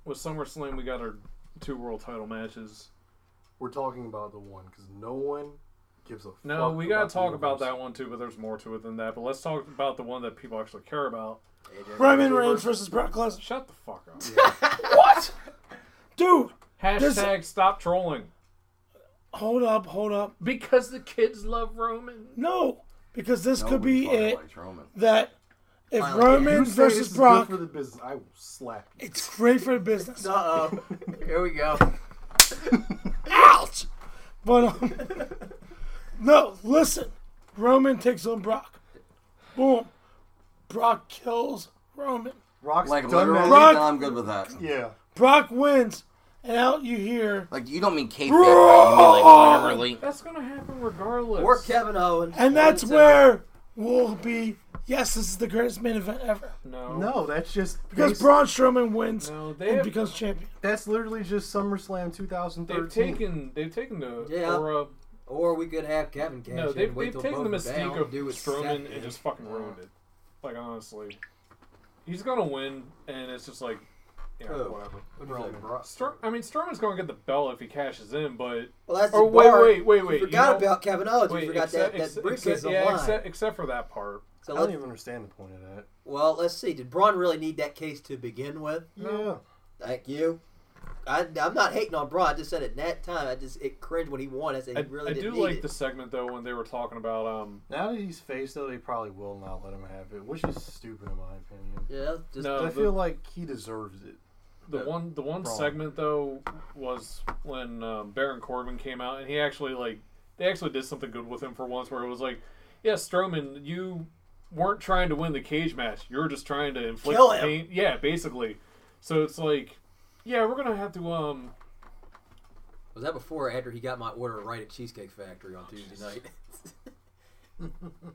with SummerSlam, we got our two world title matches. We're talking about the one because no one gives a. No, fuck we gotta about the talk about universe. that one too, but there's more to it than that. But let's talk about the one that people actually care about. Roman Reigns versus Brock Lesnar. Shut the fuck up. what? Dude, Hashtag There's- stop trolling. hold up, hold up. Because the kids love Roman. No, because this could Nobody be fucking it likes Roman. that if If Roman you say this versus is Brock, good for the business. I will slap you. it's great for the business. Uh oh. Here we go. Ouch! But um, no, listen. Roman takes on Brock. Boom. Brock kills Roman. Rock's Like done literally, Rock- no, I'm good with that. Yeah. Brock wins, and out you hear. Like you don't mean kayfabe, Roar! right? You mean like literally. That's gonna happen regardless. Or Kevin Owens. And that's It's, uh, where we'll be. Yes, this is the greatest main event ever. No. No, that's just Because basi- Braun Strowman wins No, they and have- becomes champion. That's literally just SummerSlam 2013. They've taken they've taken the Yeah. aura. Or we could have Kevin cash No, in, they've, wait they've till taken the both are mystique down, of do it Strowman Saturday. and just fucking ruined it. Like honestly, he's gonna win, and it's just like, yeah, Oh, whatever. what do you say, Brock? Stro- I mean, Strowman's gonna get the belt if he cashes in, but Well, that's or the Oh, wait, bar. wait, wait, We wait. you forgot know- about Kevin Owens. We Wait, forgot that- except- that except- briefcase except- on yeah, line. except, except for that part. So I don't let's, even understand the point of that. well, let's see. Did Braun really need that case to begin with? Yeah. Thank you. I, I'm not hating on Braun. I just said at that time, I just it cringed when he won. I said I, he really I do didn't need like it. the segment though when they were talking about um. Now that he's faced, though, they probably will not let him have it, which is stupid in my opinion. Yeah, just No, I the- feel like he deserves it. The Yeah. one, the one Wrong. segment though was when um, Baron Corbin came out, and he actually like they actually did something good with him for once, where it was like, "Yeah, Strowman, you weren't trying to win the cage match; you were just trying to inflict Kill him. pain." Yeah, basically. So it's like, yeah, we're gonna have to um. was that before or after he got my order right at Cheesecake Factory on Tuesday night?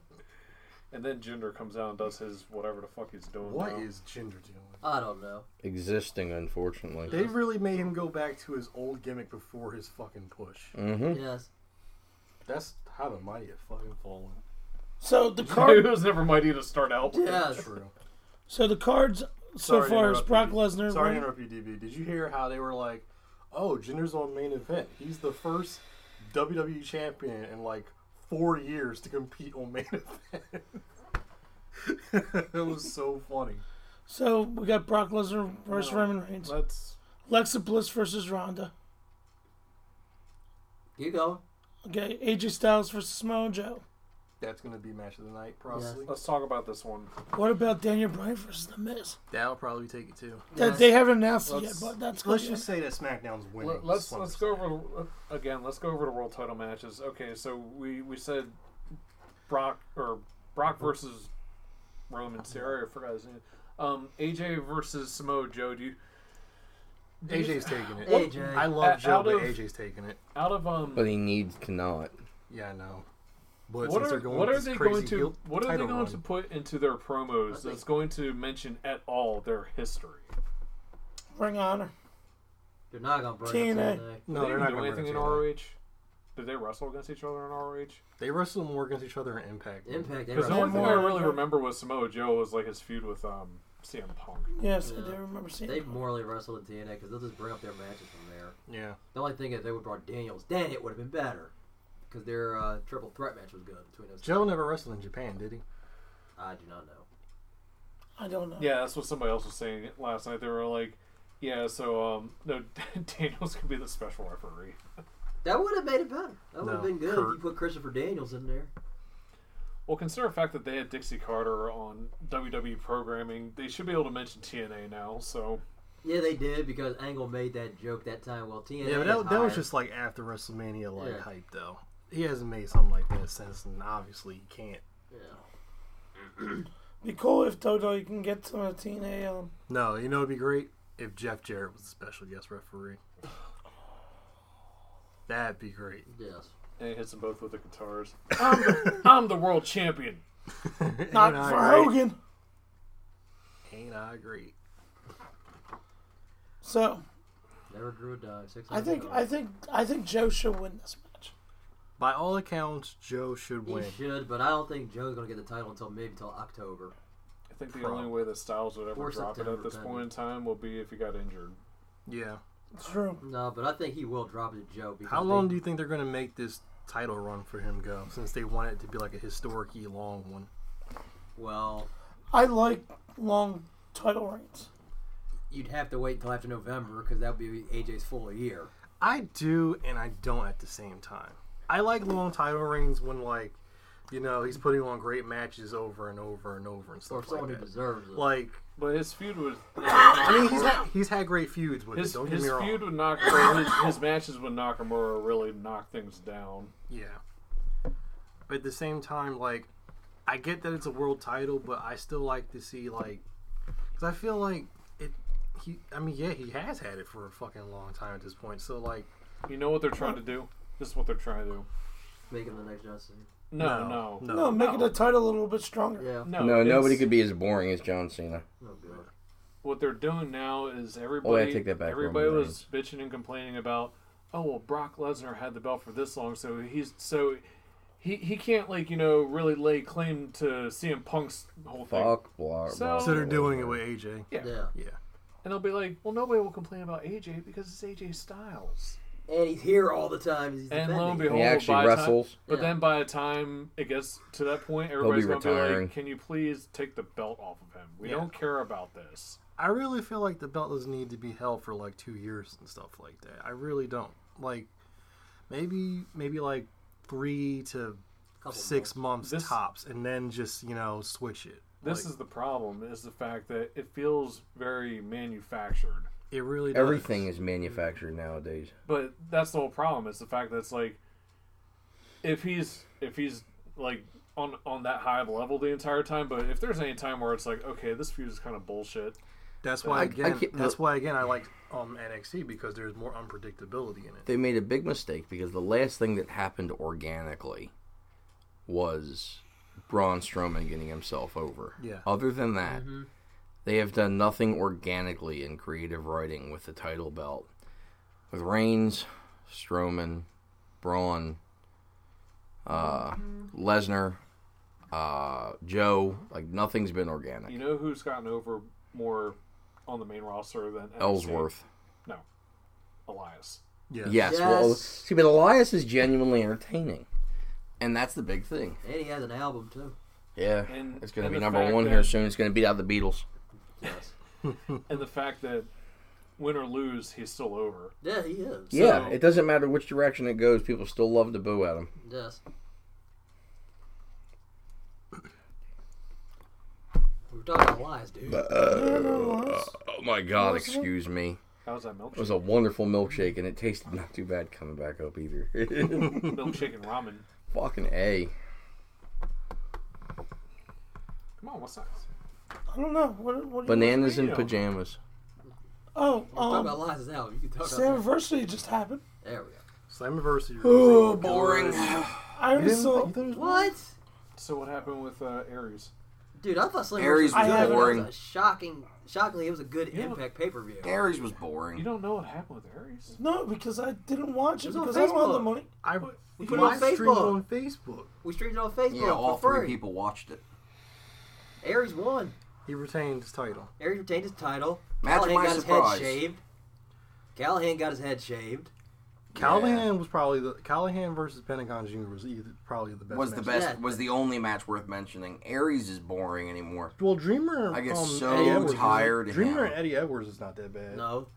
And then Jinder comes out and does his whatever the fuck he's doing. What now. is Ginger doing? I don't know. Existing, unfortunately. They really made him go back to his old gimmick before his fucking push. Mm. Mm-hmm. Yes. That's how the mighty have fucking fallen. So the it card. was never mighty to start out. with. Yes. True. So the cards so Sorry to far is interrupt Brock you, D- Lesnar. Sorry right? to interrupt you, DB. Did you hear how they were like, "Oh, Jinder's on main event. He's the first WWE champion in like four years to compete on main event." it was so funny. So we got Brock Lesnar versus No, Roman Reigns. let's- Alexa Bliss versus Ronda. You go. Okay, AJ Styles versus Samoa Joe. That's gonna be match of the night, probably. Let's talk about this one. What about Daniel Bryan versus The Miz? That'll probably take it too. That- they haven't announced it yet, Let's- but that's Let's gonna be just say that SmackDown's winning. Let, us That's what I'm let's go over the- again. Let's go over the world title matches. Okay, so we we said Brock or Brock versus Roman Sarah. I forgot his name. Um, AJ versus Samoa Joe. Do you? do you- AJ's taking it. What- AJ. I love out Joe, but of- AJ's taking it. Out of um, But he needs to know it. Yeah, I know. But what since are, they're going what with are this they crazy going to heel what are they title going run- to put into their promos that's going to mention at all their history? Ring of Honor. They're not gonna bring TNA. up TNA. No, Did they're they even do not gonna bring anything in it to ROH. Did they wrestle against each other in ROH? They wrestle more against each other in Impact. Impact, they Because the only thing I more- really remember was Samoa Joe was like his feud with um CM Punk. Yes, I do remember seeing. They it. morally wrestled in TNA because they'll just bring up their matches from there. Yeah. The only thing is they would have brought Daniels. Dang, it would have been better because their uh, triple threat match was good between those. Joe never wrestled in Japan, did he? I do not know. I don't know. Yeah, that's what somebody else was saying last night. They were like, "Yeah, so um, no, Daniels could be the special referee." That would have made it better. That would have No, been good if Kurt. you put Christopher Daniels in there. Well, consider the fact that they had Dixie Carter on WWE programming, they should be able to mention TNA now. So Yeah, they did because Angle made that joke that time. Well, TNA. Yeah, but that, is that was higher. just like after WrestleMania like Yeah. hype though. He hasn't made something like that since, and obviously he can't. Be cool if Toto you can get some of TNA. Um, No, you know it'd be great if Jeff Jarrett was a special guest referee. That'd be great. Yes. and he hits them both with the guitars. I'm the, I'm the world champion. not Ain't I for great? Hogan. Ain't I great? So Never drew a dime. Six. I think I hundred think I think Joe should win this match. By all accounts, Joe should dollars. win. he should, but I don't think Joe's gonna get the title until maybe until October. I think the only way that Styles would ever Or drop it September, at this maybe. point in time will be if he got injured. Yeah. True. No, but I think he will drop it to Joe. Because How long they- do you think they're going to make this title run for him go? Since they want it to be like a historically long one. Well, I like long title reigns. you'd have to wait until after November because that would be AJ's full year. I do and I don't at the same time. I like long title reigns when like, you know, he's putting on great matches over and over and over and Or stuff someone like who that. deserves it. Like, But his feud with I mean, he's had, he's had great feuds with his, it. Don't get his me wrong. feud with Nakamura, his, his matches with Nakamura really knocked things down. Yeah. But at the same time, like, I get that it's a world title, but I still like to see like, because I feel like it. He, I mean, yeah, he has had it for a fucking long time at this point. So like, You know what they're trying to do? This is what they're trying to do. Making the next Justin. No, no, no, No, making the title a little bit stronger. Yeah. no. no, nobody Oh, it's- could be as boring as John Cena. Oh god. What they're doing now is everybody. Oh, wait, I take that back. Everybody Roman was bitching and complaining about. Oh well, Brock Lesnar had the belt for this long, so he's so he he can't like you know really lay claim to CM Punk's whole thing. Fuck, blah, So- blah. So they're doing it with AJ. Yeah. Yeah. Yeah. and they'll be like, well, nobody will complain about AJ because it's AJ Styles. And he's here all the time. He's And lo defending. and behold, He actually by the time- wrestles. but Yeah. then by the time it gets to that point, be everybody's going to be retiring. like, "Can you please take the belt off of him? We Yeah. don't care about this." I really feel like the belt doesn't need to be held for like two years and stuff like that. I really don't. Like, maybe maybe like three to Couple six months, This- tops, and then just you know switch it. This is the problem: is the fact that it feels very manufactured. It really does. Everything is manufactured nowadays. But that's the whole problem: is the fact that it's like, if he's if he's like on on that high of a level the entire time, but if there's any time where it's like, okay, this feud is kind of bullshit. That's why I- I again. can't- that's why again. I like um, NXT because there's more unpredictability in it. They made a big mistake because the last thing that happened organically was Braun Strowman getting himself over. Yeah. Other than that, they have done nothing organically in creative writing with the title belt. With Reigns, Strowman, Braun, uh, Lesnar, uh, Joe, like nothing's been organic. You know who's gotten over more on the main roster than NXT. Ellsworth. No, Elias. Yes. Well, see, but Elias is genuinely entertaining, and that's the big thing. And he has an album too. Yeah, And- it's going and to be the number fact one that- here soon. It's going to beat out the Beatles. and the fact that win or lose, he's still over. Yeah, he is. yeah, it doesn't matter which direction it goes. People still love to boo at him. Yes. We're talking lies, dude. oh my God! Excuse me. How's that It was a wonderful milkshake, and it tasted not too bad coming back up either. Milkshake and ramen. Fucking a. Come on, what's that? I don't know. What, what do you- Bananas and pajamas. Oh, um, talking about Liza's album. You can talk about Slammiversary just happened. There we go. Slammiversary. Oh, boring. I already saw. What? So what happened with uh, Aries? Dude, I thought Slammiversary Aries was good. boring. It was a shocking, shockingly, it was a good Impact pay per view. Aries was boring. You don't know what happened with Aries? No, because I didn't watch it It's on because I don't have the Facebook. money. I We put put it on live streamed Facebook. on Facebook. We streamed it on Facebook Yeah, all for three free. people watched it. Aries won. He retained his title. Aries retained his title. Imagine Callahan my got surprise. his head shaved. Callahan got his head shaved. Callahan was probably the Callahan versus Pentagon Jr. was either, probably the best. was the match. best. Was the only match worth mentioning. Aries is boring anymore. Well, Dreamer. I get um, so Eddie Edwards is- tired of Dreamer him. and Eddie Edwards is not that bad. No.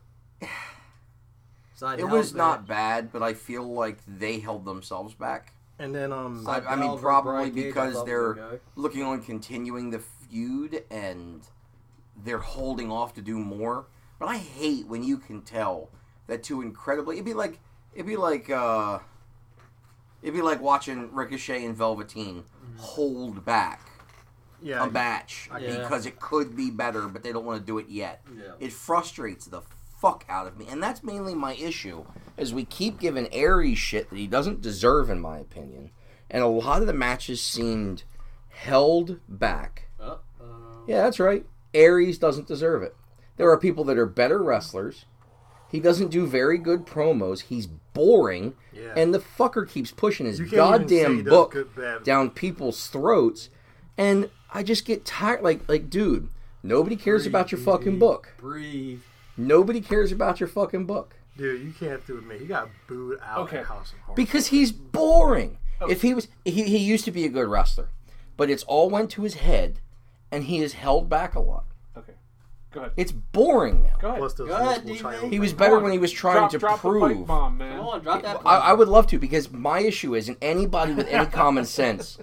It was not bad, but I feel like they held themselves back. And then um, I, I mean, probably because they're looking on continuing the feud and they're holding off to do more. But I hate when you can tell that two incredibly. It'd be like it'd be like uh, it'd be like watching Ricochet and Velveteen hold back Yeah, a match I- Yeah. because it could be better, but they don't want to do it yet. Yeah. It frustrates the fuck out of me, and that's mainly my issue. Is we keep giving Aries shit that he doesn't deserve, in my opinion, and a lot of the matches seemed held back. Oh, Yeah, that's right. Aries doesn't deserve it. There are people that are better wrestlers. He doesn't do very good promos. He's boring, Yeah. and the fucker keeps pushing his You can't even say goddamn he does book good bad. down people's throats, and I just get tired. Like, like, dude, nobody cares about your fucking book. Breathe. Nobody cares about your fucking book Dude, you can't do it, man. He got booed out Okay. of House of Horrors. because he's boring. Oh. If he was, he, he used to be a good wrestler, but it's all went to his head, and he is held back a lot. Okay, go ahead. It's boring now. Go ahead. Plus those go ahead, multiple D-Man. He was better when he was trying Drop- to drop the prove. pipe bomb, man. Come on, drop that I, I would love to because my issue is, and anybody with any common sense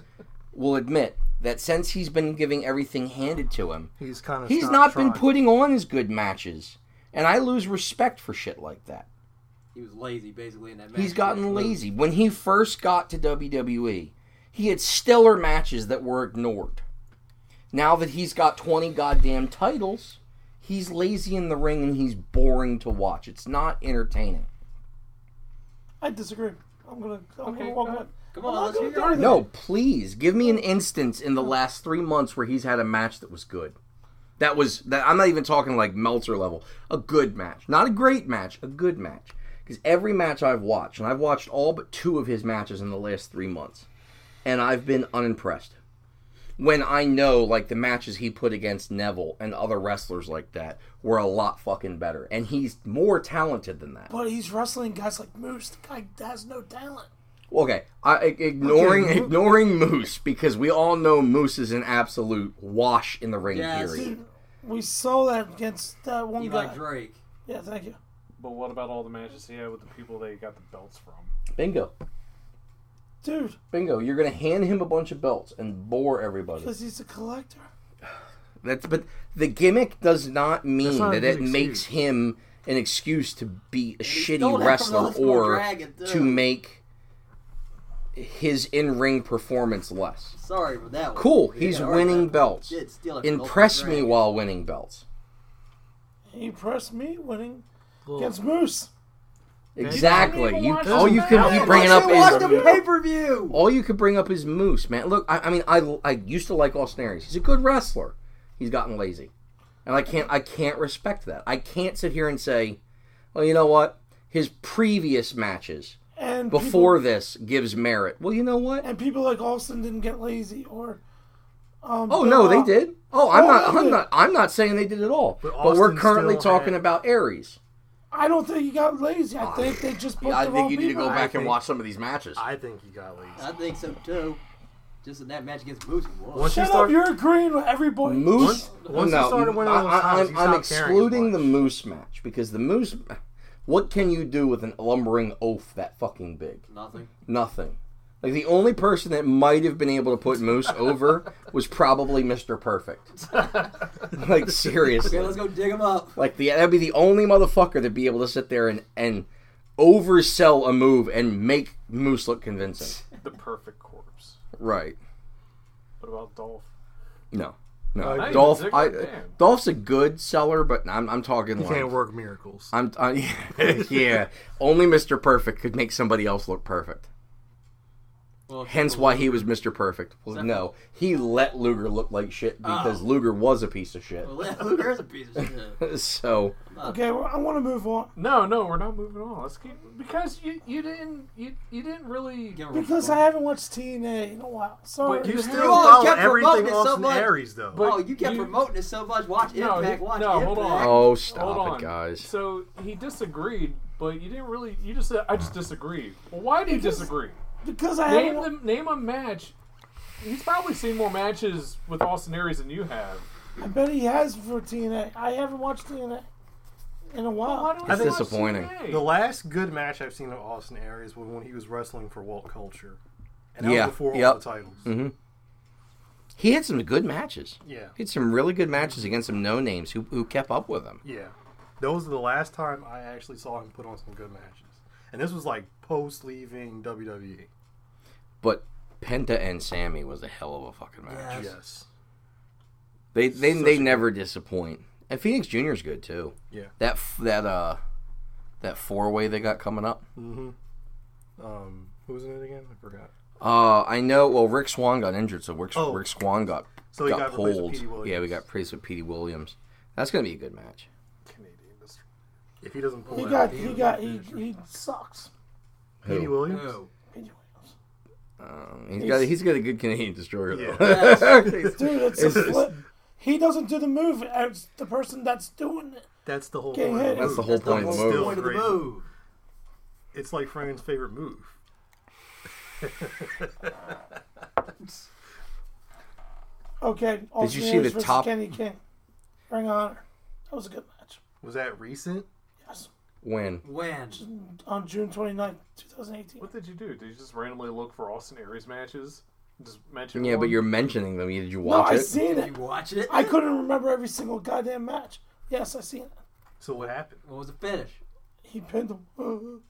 will admit that since he's been giving everything handed to him, He's kind of he's not been putting on as good matches, and I lose respect for shit like that. He was lazy, basically, in that match. He's gotten lazy. When he first got to WWE, he had stellar matches that were ignored. Now that he's got 20 goddamn titles, he's lazy in the ring and he's boring to watch. It's not entertaining. I disagree. I'm gonna. I'm gonna Okay, walk go away. ahead. Come on, let's hear it. No, please give me an instance in the last three months where he's had a match that was good. That was that. I'm not even talking like Meltzer level. A good match, not a great match, a good match. Because every match I've watched, and I've watched all but two of his matches in the last three months, and I've been unimpressed. When I know like the matches he put against Neville and other wrestlers like that were a lot fucking better, and he's more talented than that. But he's wrestling guys like Moose. The guy has no talent. Okay, I, i- ignoring Okay, Mo- ignoring Moose because we all know Moose is an absolute wash in the ring. Yes. Period. We saw that against that one Oh, guy. Drake. Yeah, thank you. But what about all the matches he had with the people they got the belts from? Bingo, dude. Bingo, you're gonna hand him a bunch of belts and bore everybody. Because he's a collector. That's but the gimmick does not mean That's not a that good it makes him an excuse to be a stole that shitty from wrestler Ultimate or Dragon, too. to make his in ring performance less. Sorry for that one. Cool, he's Yeah, all right, winning that belts. did steal it from Impress Ultimate me Dragon. while winning belts. He pressed me winning against Moose. Exactly. even You, watch all the you can be match. bringing up I watched is the pay-per-view. All you could bring up is Moose, man. Look, I, I mean, I, I used to like Austin Aries. He's a good wrestler. He's gotten lazy, and I can't I can't respect that. I can't sit here and say, well, you know what? His previous matches And before people, this gives merit. Well, you know what? And people like Austin didn't get lazy or Um, Oh Bill no, they Howell. did. Oh, I'm Oh, not. they I'm did. not. I'm not saying they did at all. But, But we're Austin currently still had- talking about Aries. I don't think you got lazy. I think they just put Yeah, I the think wrong you need to people. go back and watch some of these matches. I think you got lazy. Uh, I think so too. Just in that match against Moose. whoa. Once Shut up! You're agreeing with everybody. Moose. once no, he started winning I, those I- times, I'm, he I'm stopped caring as excluding the Moose match because the Moose. What can you do with an lumbering oaf that fucking big? Nothing. Nothing. Like the only person that might have been able to put Moose over was probably Mr. Perfect. like seriously. Okay, let's go dig him up. Like the that'd be the only motherfucker to be able to sit there and and oversell a move and make Moose look convincing. The perfect corpse. Right. What about Dolph? No. No. Uh, Not even Dolph Ziggler? I, Damn. Dolph's a good seller, but I'm I'm talking He like can't work miracles. I'm I, yeah. Only Mr. Perfect could make somebody else look perfect. Well, Hence why he was Mr. Perfect. Well, no, he let Luger look like shit because Luger was a piece of shit. Luger is a piece of shit. so Okay, well, I want to move on No, no, we're not moving on. Let's keep because you you didn't you you didn't really. because I haven't watched TNA in a while. Sorry. But you still You all kept everything promoting it so Austin much. Aries, though. oh, you kept promoting it so much. Watch No, you- Impact. watch no, Impact. hold on. Oh, stop Hold it, on. guys. So he disagreed, but you didn't really. You just said I just disagree. Well, why do you disagree? because I name haven't. the, name a match. He's probably seen more matches with Austin Aries than you have. I bet he has for TNA. I haven't watched TNA in a Why while. don't That's you watch disappointing. TNA? The last good match I've seen of Austin Aries was when he was wrestling for Walt Culture, and that Yeah, was before yep. all the titles. Mhm. he had some good matches. Yeah. He had some really good matches against some no names who who kept up with him. Yeah, those are the last time I actually saw him put on some good matches, and this was like post leaving WWE. But Penta and Sammy was a hell of a fucking match. Yes. Yes, They they, Such they a- never disappoint. And Phoenix Junior's good too. yeah. That f- that uh that four way they got coming up. Mm-hmm. Um, who was in it again? I forgot. Uh, I know. Well, Rick Swan got injured, so Rick, Oh. Rick Swan got So he got replaced with pulled. Petey Williams. yeah, we got praised with Petey Williams. That's gonna be a good match. Canadian. That's- If he doesn't pull He that, got. he- He got. He, he sucks. Petey Who? Williams. Anyway. Um, he's got he's got a good Canadian destroyer. though. Dude, it's, It's a just- flip. He doesn't do the move. It's the person that's doing it. That's the whole. Get point. hit. That's the whole point of the whole move. Point point. of the Great. move. It's like Fran's favorite move. Okay. Did you Austin see Aries the versus top- Kenny King. Ring of Honor. That was a good match. Was that recent? Yes. When When? On June 29th, 2018. What did you do? Did you just randomly look for Austin Aries matches? Just mention. yeah, but one? you're mentioning them. Did you No, watch I it? seen Did it. you watch it? I couldn't remember every single goddamn match. Yes, I seen it. So what happened? What was the finish? He pinned him.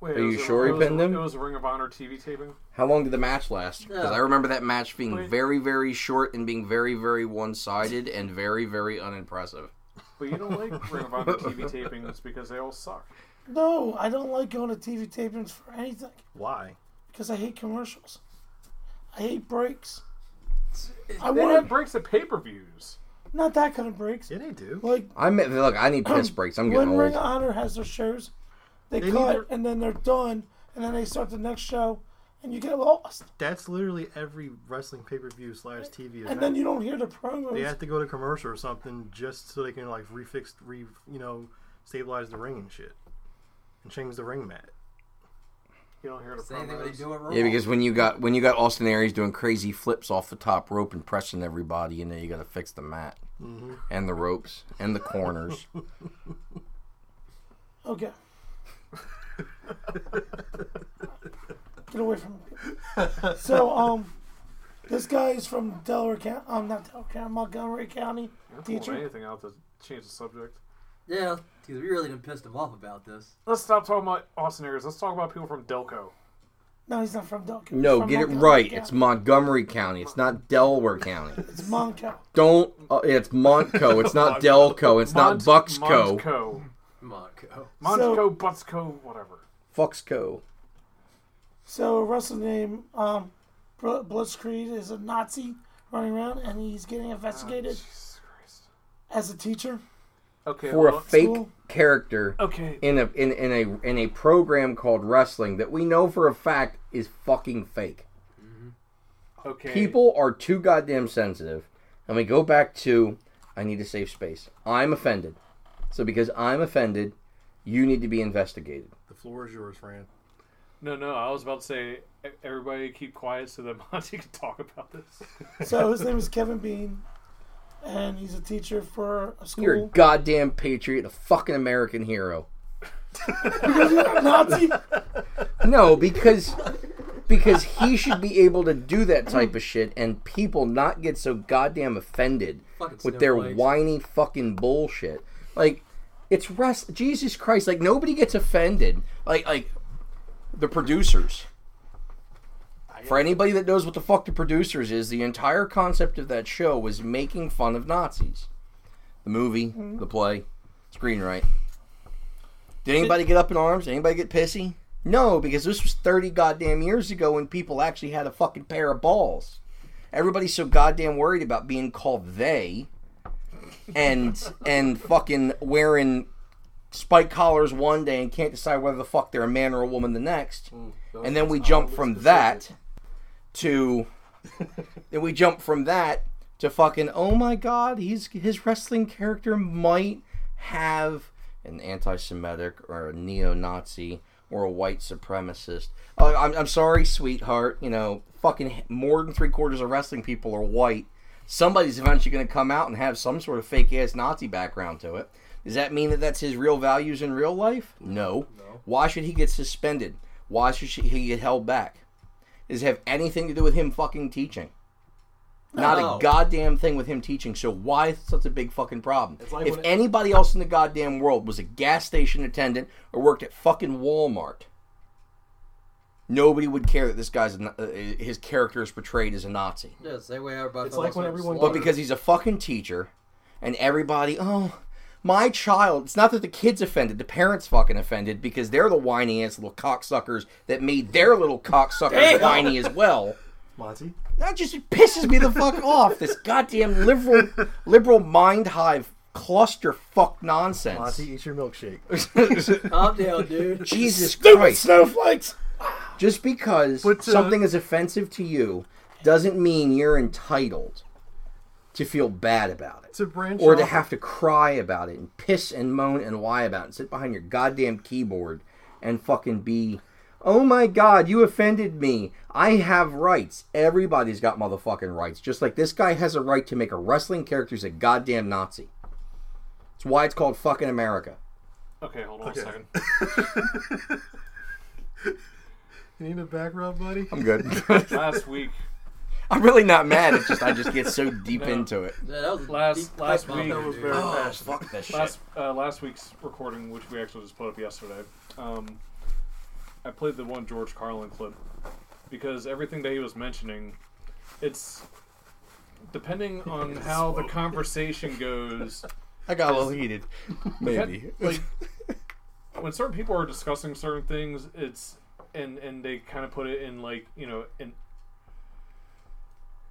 Wait, Are it was you a- sure it he was a- pinned him? It was a Ring of Honor TV taping. How long did the match last? Because I remember that match being very, very short and being very, very one-sided and very, very unimpressive. But you don't like Ring of Honor TV tapings because they all suck. No, I don't like going to TV tapings for anything Why? because I hate commercials. I hate breaks. I They have want breaks at pay per views. not that kind of breaks. Yeah, they do. Like I mean, look, I need piss breaks. I'm getting when Ring of old. Honor has their shows, they, They cut need their- and then they're done, and then they start the next show, and you get lost, That's literally every wrestling pay per view slash TV event. and then you don't hear the promos. they have to go to commercial or something just so they can like refix, re you know, stabilize the ring and shit, and change the ring mat. You don't hear the Same thing when they promos. do it wrong. Oh. Yeah, because when you got when you got Austin Aries doing crazy flips off the top rope and pressing everybody, you know you got to fix the mat Mm-hmm. and the ropes and the corners. Okay. Get away from me. So, um, this guy is from Delaware County. I'm not Delaware County, Montgomery County. You're not pulling Teacher. anything out to change the subject. Yeah, because we really done pissed him off about this. Let's stop talking about Austin Aries. Let's talk about people from Delco. No, he's not from Delaware. County. He's No, from get it Montgomery right. County. It's Montgomery County. It's not Delaware County. it's Monco. Don't. Uh, it's Montco. It's not Delco. It's not Bucksco. Monco. Monco. Monco, Buttsco, whatever. Foxco. So, a wrestler named um, Bl- Blitzkrieg is a Nazi running around, and he's getting Oh, investigated Jesus Christ. as a teacher. Okay. for a hold on. fake Cool. character Okay. in a in, in a in a program called wrestling that we know for a fact is fucking fake. Okay. People are too goddamn sensitive. And we go back to I need to save space. I'm offended. So because I'm offended, you need to be investigated. The floor is yours, Fran. No, no, I was about to say e- everybody keep quiet so that Monty can talk about this. So his name is Kevin Bean, and he's a teacher for a school. You're a goddamn patriot, a fucking American hero. Nazi. No, because because he should be able to do that type of shit and people not get so goddamn offended Fucking with their snowflakes. whiny fucking bullshit. Like it's rest Jesus Christ, like nobody gets offended. Like like the producers. For anybody that knows what the fuck the producers is, the entire concept of that show was making fun of Nazis. The movie, Mhm. the play, screenwrite. Did anybody get up in arms? Did anybody get pissy? No, because this was 30 goddamn years ago when people actually had a fucking pair of balls. Everybody's so goddamn worried about being called they and and fucking wearing spike collars one day and can't decide whether the fuck they're a man or a woman the next. And then we jump from that to then we jump from that to fucking oh my god, he's his wrestling character might have an anti-Semitic or a neo-Nazi or a white supremacist. Oh, I'm, I'm sorry, sweetheart. You know, fucking more than three quarters of wrestling people are white. Somebody's eventually going to come out and have some sort of fake ass Nazi background to it. Does that mean that that's his real values in real life? No. Why should he get suspended? Why should she- he get held back? Does it have anything to do with him fucking teaching? Not No. a goddamn thing with him teaching. So why is it such a big fucking problem? It's like if when it- anybody else in the goddamn world was a gas station attendant or worked at fucking Walmart, nobody would care that this guy's a, Na- uh, his character is portrayed as a Nazi. Yeah, same way everybody. It's like when everyone- But because he's a fucking teacher, and everybody, oh, my child. It's not that the kid's offended; the parents fucking offended because they're the whiny ass little cocksuckers that made their little cocksuckers Damn. whiny as well. Monty? That just pisses me the fuck off. This goddamn liberal liberal mind hive clusterfuck nonsense. Monty, eat your milkshake. Calm down, dude. Jesus Stupid Christ. snowflakes. Just because But, uh, something is offensive to you doesn't mean you're entitled to feel bad about it. To branch or to off- have to cry about it and piss and moan and lie about it and sit behind your goddamn keyboard and fucking be oh my god you offended me i have rights everybody's got motherfucking rights just like this guy has a right to make a wrestling character who's a goddamn nazi it's why it's called fucking america Okay, hold on Okay. a second. You need a back rub, buddy? i'm good Last week, i'm really not mad it's just i just get so deep into it Yeah, that was a last deep last bomb. week, That was very Oh, passionate. fuck that shit. Last uh, last week's recording, which we actually just put up yesterday, um, I played the one George Carlin clip because everything that he was mentioning, it's depending on how the conversation goes. i got a little heated maybe like when certain people are discussing certain things, it's and and they kind of put it in like you know in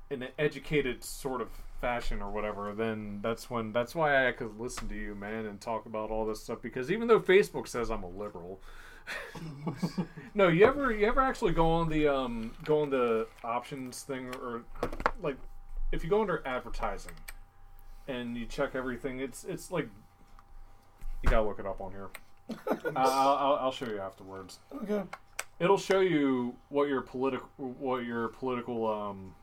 in an educated sort of fashion or whatever. Then that's when that's why I could listen to you, man, and talk about all this stuff because even though Facebook says I'm a liberal. no, you ever you ever actually go on the um go on the options thing or like if you go under advertising and you check everything, it's it's like you gotta look it up on here. I- I'll, I'll, I'll show you afterwards. Okay. It'll show you what your political what your political um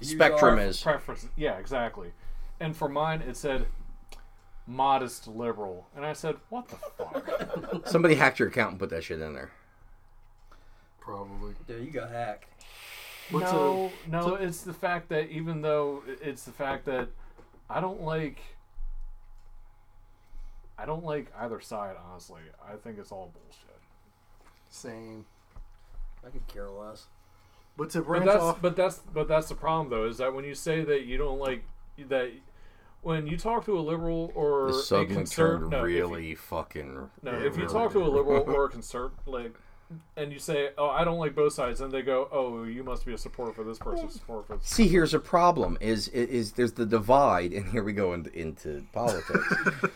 Spectrum is. preference. Yeah, exactly. And for mine, it said modest liberal, and I said, "What the fuck?" somebody hacked your account and put that shit in there Probably. Dude, you got hacked. What's no, a- no, what's it's the fact that even though it's the fact that I don't like. I don't like either side, honestly. I think it's all bullshit. Same. I could care less. But to But branch that's off, but that's but that's the problem though is that when you say that you don't like that when you talk to a liberal or This a suddenly conservative turned no, if really you, fucking. no if you talk to a liberal or a conservative like and you say oh I don't like both sides and they go oh you must be a supporter for this person supporter for this See, here's a problem: is is, is there's the divide, and here we go in, into politics.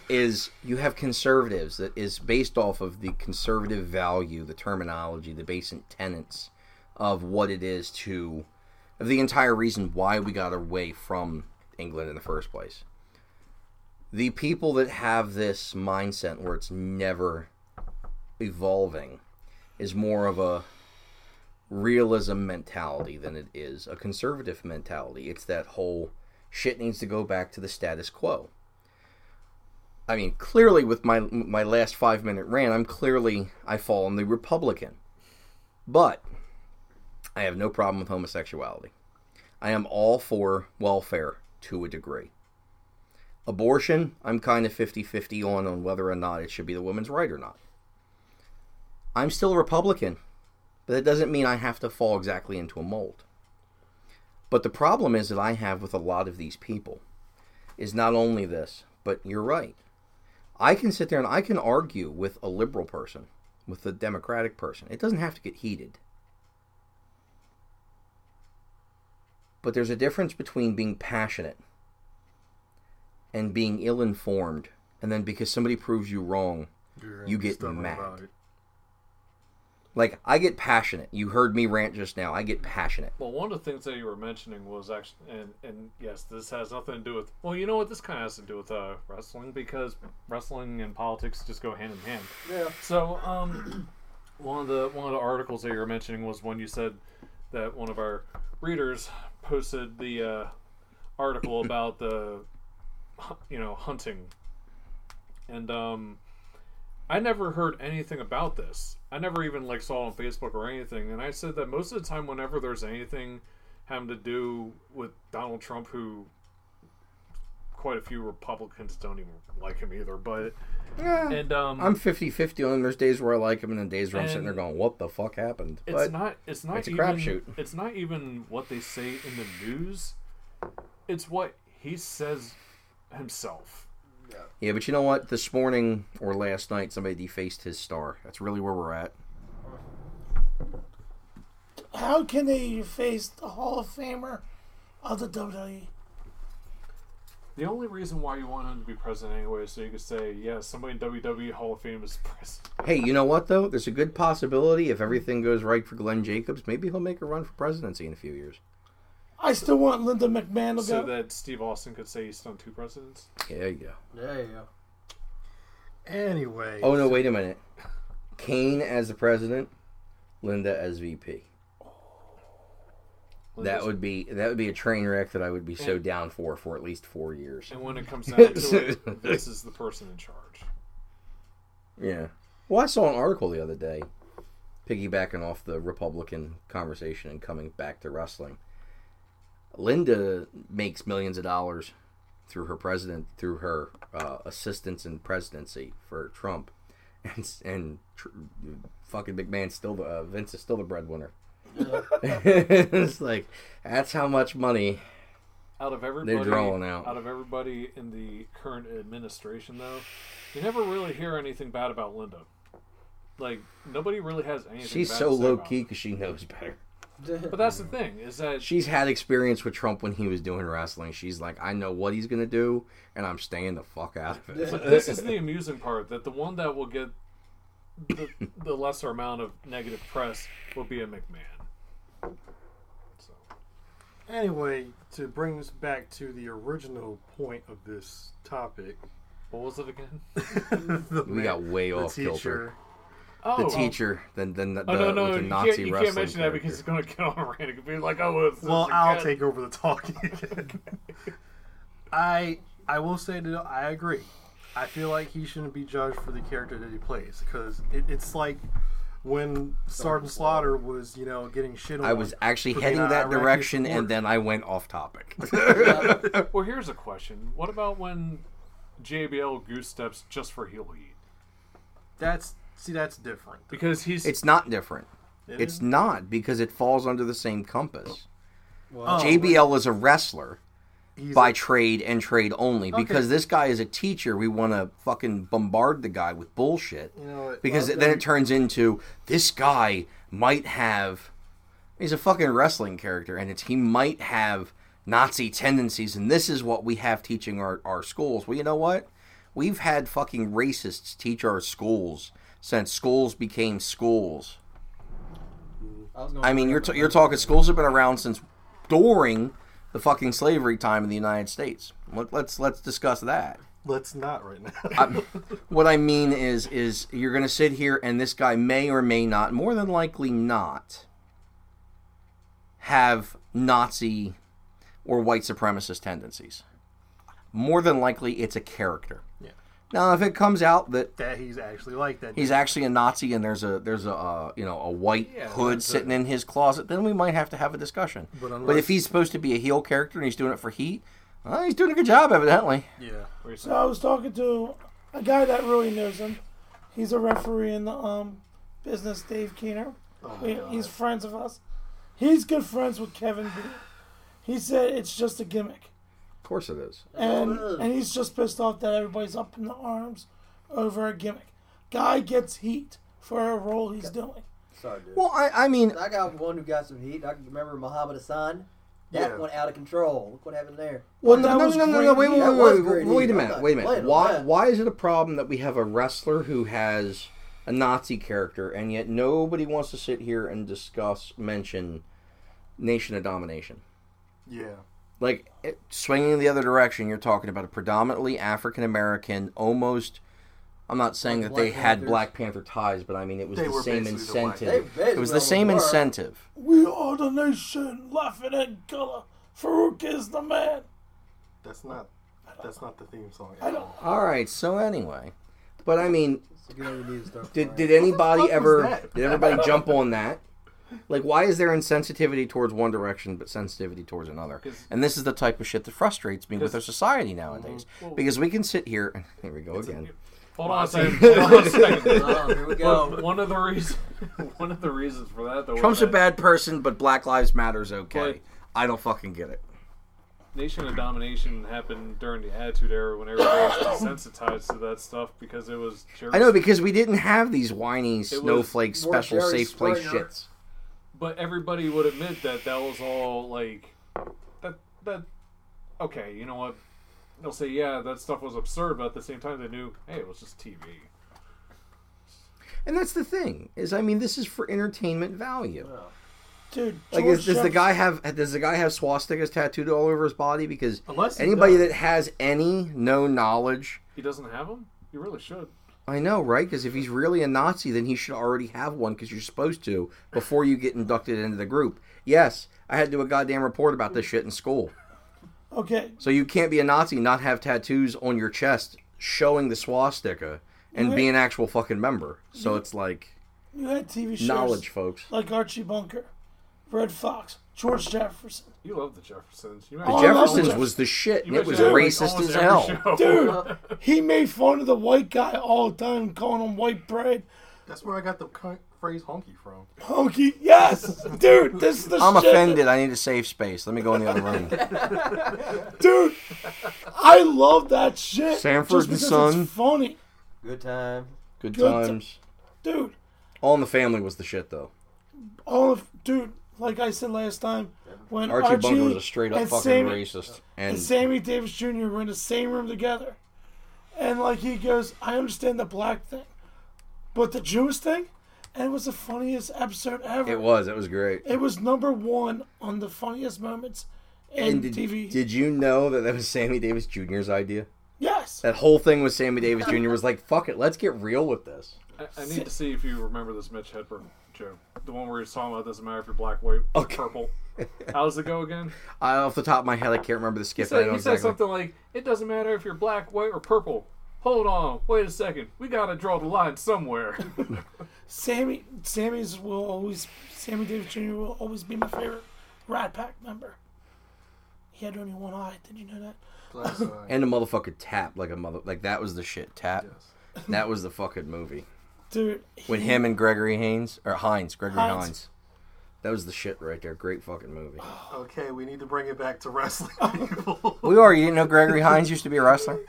is you have conservatives that is based off of the conservative value, the terminology, the basic tenets of what it is to of the entire reason why we got away from England in the first place. The people that have this mindset where it's never evolving is more of a realism mentality than it is a conservative mentality. It's that whole shit needs to go back to the status quo. I mean, clearly with my my last 5 minute rant, I'm clearly I fall on the Republican. But I have no problem with homosexuality. I am all for welfare to a degree. Abortion, I'm kind of 50 50 on, on whether or not it should be the woman's right or not. I'm still a Republican, but that doesn't mean I have to fall exactly into a mold. But the problem is that I have with a lot of these people is not only this, but you're right. I can sit there and I can argue with a liberal person, with a democratic person. It doesn't have to get heated. But there's a difference between being passionate and being ill informed, and then because somebody proves you wrong, You're you get stubborn mad. about it. Like, I get passionate. You heard me rant just now. I get passionate. Well, one of the things that you were mentioning was actually, and and yes, this has nothing to do with. Well, you know what? This kind of has to do with uh, wrestling because wrestling and politics just go hand in hand. Yeah. So, um, one of the one of the articles that you were mentioning was when you said that one of our readers posted the uh, article about the, you know, hunting, and um, I never heard anything about this. I never even like saw it on Facebook or anything. And I said that most of the time, whenever there's anything having to do with Donald Trump, who quite a few Republicans don't even like him either, but and um, I'm 50 50 on him. There's days where I like him, and then days where I'm sitting And there going, what the fuck happened? it's But not. It's not It's a even. crapshoot. It's not even what they say in the news. It's what he says himself. Yeah, but you know what? This morning or last night, somebody defaced his star. That's really where we're at. How can they face the Hall of Famer of the E? WWE? The only reason why you want him to be president anyway is so you could say, yeah, somebody in WWE Hall of Fame is president. Hey, you know what, though? There's a good possibility if everything goes right for Glenn Jacobs, maybe he'll make a run for presidency in a few years. I still want Linda McMahon to so go. that Steve Austin could say he's done two presidents. There you go. There you go. Anyway. Oh, no, wait a minute. Kane as the president, Linda as VP. That would be that would be a train wreck that I would be so And- down for for at least four years. And when it comes down to it, this is the person in charge. Yeah. Well, I saw an article the other day, piggybacking off the Republican conversation and coming back to wrestling. Linda makes millions of dollars through her president, through her uh, assistance in presidency for Trump, and and tr- fucking McMahon still the uh, Vince is still the breadwinner. it's like that's how much money. Out of everybody, drawing out. of everybody in the current administration, though, you never really hear anything bad about Linda. Like nobody really has anything. She's bad so to say low about key because she knows better. her. But that's the thing is that She's had experience with Trump when he was doing wrestling. She's like, I know what he's gonna do, and I'm staying the fuck out of it. But this is the amusing part that the one that will get the, the lesser amount of negative press will be a McMahon. Anyway, to bring us back to the original point of this topic. What was it again? we got way the off teacher. kilter. Oh. the teacher, then then the, oh no no! with the you Nazi can't, you wrestling. can't mention that because it's going to get on a rant. It could be like, oh, it's, Well, it's I'll again. take over the talking. I I will say that I agree. I feel like he shouldn't be judged for the character that he plays because it, it's like when Sergeant Slaughter was, you know, getting shit on. Oh. I was actually for being heading an that Iraqi direction, support. and then I went off topic. well, here's a question: What about when JBL goose steps just for heel heat? That's see, that's different. Because he's it's not different. It it's isn't? not because it falls under the same compass. Oh, Well- JBL is a wrestler He's by a- trade and trade only. Okay. Because this guy is a teacher, we want to fucking bombard the guy with bullshit. You know, it- because well, then then- it turns into this guy might have. He's a fucking wrestling character, and it's he might have Nazi tendencies, and this is what we have teaching our, our schools. Well, you know what? We've had fucking racists teach our schools since schools became schools. I was going. I mean, you're t- you're talking schools have been around since during the fucking slavery time in the United States. Let, let's let's discuss that. Let's not right now. I, what I mean is is you're going to sit here and this guy may or may not, more than likely not, have Nazi or white supremacist tendencies. More than likely, it's a character. Yeah. Now, if it comes out that that he's actually like that. he's actually a Nazi and there's a there's a uh, you know a white Yeah, hood that's sitting in his closet, then we might have to have a discussion. But But, unless- if he's supposed to be a heel character and he's doing it for heat, well, he's doing a good job evidently. Yeah. So I was talking to a guy that really knows him. He's a referee in the um, business, Dave Keener. Oh We- he's friends of us. He's good friends with Kevin B. He said it's just a gimmick. Of course it is. And, and he's just pissed off that everybody's up in the arms over a gimmick. Guy gets heat for a role he's doing. Sorry, dude. Well, I, I mean, I got one who got some heat. I can remember Muhammad Hassan. That Yeah. went out of control. Look what happened there. Well, no, no, no, no, no, wait, wait, That wait, was wait, great wait, heat. a I'm minute, not wait a minute. playing Why, with that. why is it a problem that we have a wrestler who has a Nazi character and yet nobody wants to sit here and discuss, mention Nation of Domination? Yeah. Like it, swinging in the other direction, you're talking about a predominantly African American, almost. I'm not saying Like that they Black had Panthers? Black Panther ties, but I mean it was They the were same basically the Black incentive. They It was the basically same were. incentive. We are the nation, laughing at color. Farouk is the man. That's not. That's not the theme song. I don't. All right. So anyway, but I mean, did did What anybody the fuck was ever that? did everybody jump on that? Like, why is there insensitivity towards one direction but sensitivity towards another? And this is the type of shit that frustrates me with our society nowadays. Mm-hmm. Well- because we can sit here and here we go again. Hold on a second. Hold on a second. Oh, here we go. One- One of the reasons, one of the reasons for that though, Trump's was a that bad person, but Black Lives Matter's okay. I don't fucking get it. Nation of Domination happened during the Attitude Era when everybody was desensitized to that stuff because it was. Jerry I know because we didn't have these whiny was snowflake more special Jerry safe place Springer. shits. But everybody would admit that that was all like that that okay, you know what? They'll say yeah, that stuff was absurd, but at the same time they knew, hey, it was just TV. And that's the thing is, I mean, this is for entertainment value. Dude, Like, George is, does the Jefferson- guy have does the guy have swastikas tattooed all over his body? Because Unless he anybody does. that has any known knowledge, He doesn't have them. You really should. I know, right? Because if he's really a Nazi, then he should already have one because you're supposed to before you get inducted into the group. Yes, I had to do a goddamn report about this shit in school. Okay, So you can't be a Nazi and not have tattoos on your chest showing the swastika and Yeah. be an actual fucking member. So it's like you had TV shows. knowledge, folks. Like Archie Bunker, Red Fox, George Jefferson. You love the Jeffersons. You The Jeffersons was the shit, and it was racist as hell. Dude, he made fun of the white guy all the time, calling him white bread. That's where I got the cu- phrase honky from. Honky, yes, dude, this is the I'm shit. offended. I need a safe space. Let me go in the other room. dude. I love that shit. Sanford just and because Son. It's funny, Good time. Good Good ti- times. dude. All in the Family was the shit, though. All of dude, like I said last time, when Archie, Archie Bunker was a straight up and fucking Sammy- racist. and, And Sammy Davis Jr. were in the same room together. And like he goes, I understand the black thing, but the Jewish thing, and it was the funniest episode ever. it was. It was great. It was number one on the funniest moments in And did, TV. did you know that that was Sammy Davis Jr.'s idea? Yes. That whole thing with Sammy Davis Jr. was like, fuck it, let's get real with this. I, I need to see if you remember this Mitch Hedberg joke. The one where he was talking about doesn't matter if you're black, white, or purple. How does it go again? I, off the top of my head, I can't remember the He skip. but I said, know he said exactly. something like, "It doesn't matter if you're black, white, or purple." Hold on, wait a second. We gotta draw the line somewhere. Sammy, Sammy's will always, Sammy Davis Jr. will always be my favorite Rat Pack member. He had only one eye. Did you know that? And the motherfucker tap like a mother. Like, that was the shit. Tap. That was the fucking movie. Dude, With he- him and Gregory Haynes, or Hines, Gregory Hines. Hines. That was the shit right there. Great fucking movie. Okay, we need to bring it back to wrestling. we are. You didn't know Gregory Hines used to be a wrestler?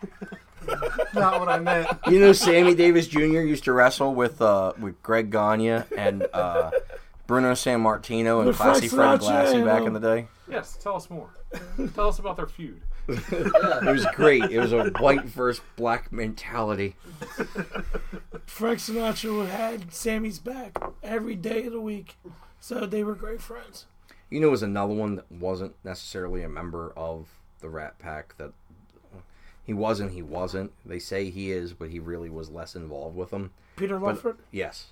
not what I meant. You know, Sammy Davis Jr. used to wrestle with uh, with Greg Gagne and uh, Bruno San Martino and With Frank Classy Fred Sinatra Glassy and, back um, in the day. yes, tell us more. Tell us about their feud. It was great. It was a white versus black mentality. Frank Sinatra had Sammy's back every day of the week, so they were great friends. You know, was another one that wasn't necessarily a member of the Rat Pack. That he wasn't. He wasn't. They say he is, but he really was less involved with them. Peter But- Lawford? Yes,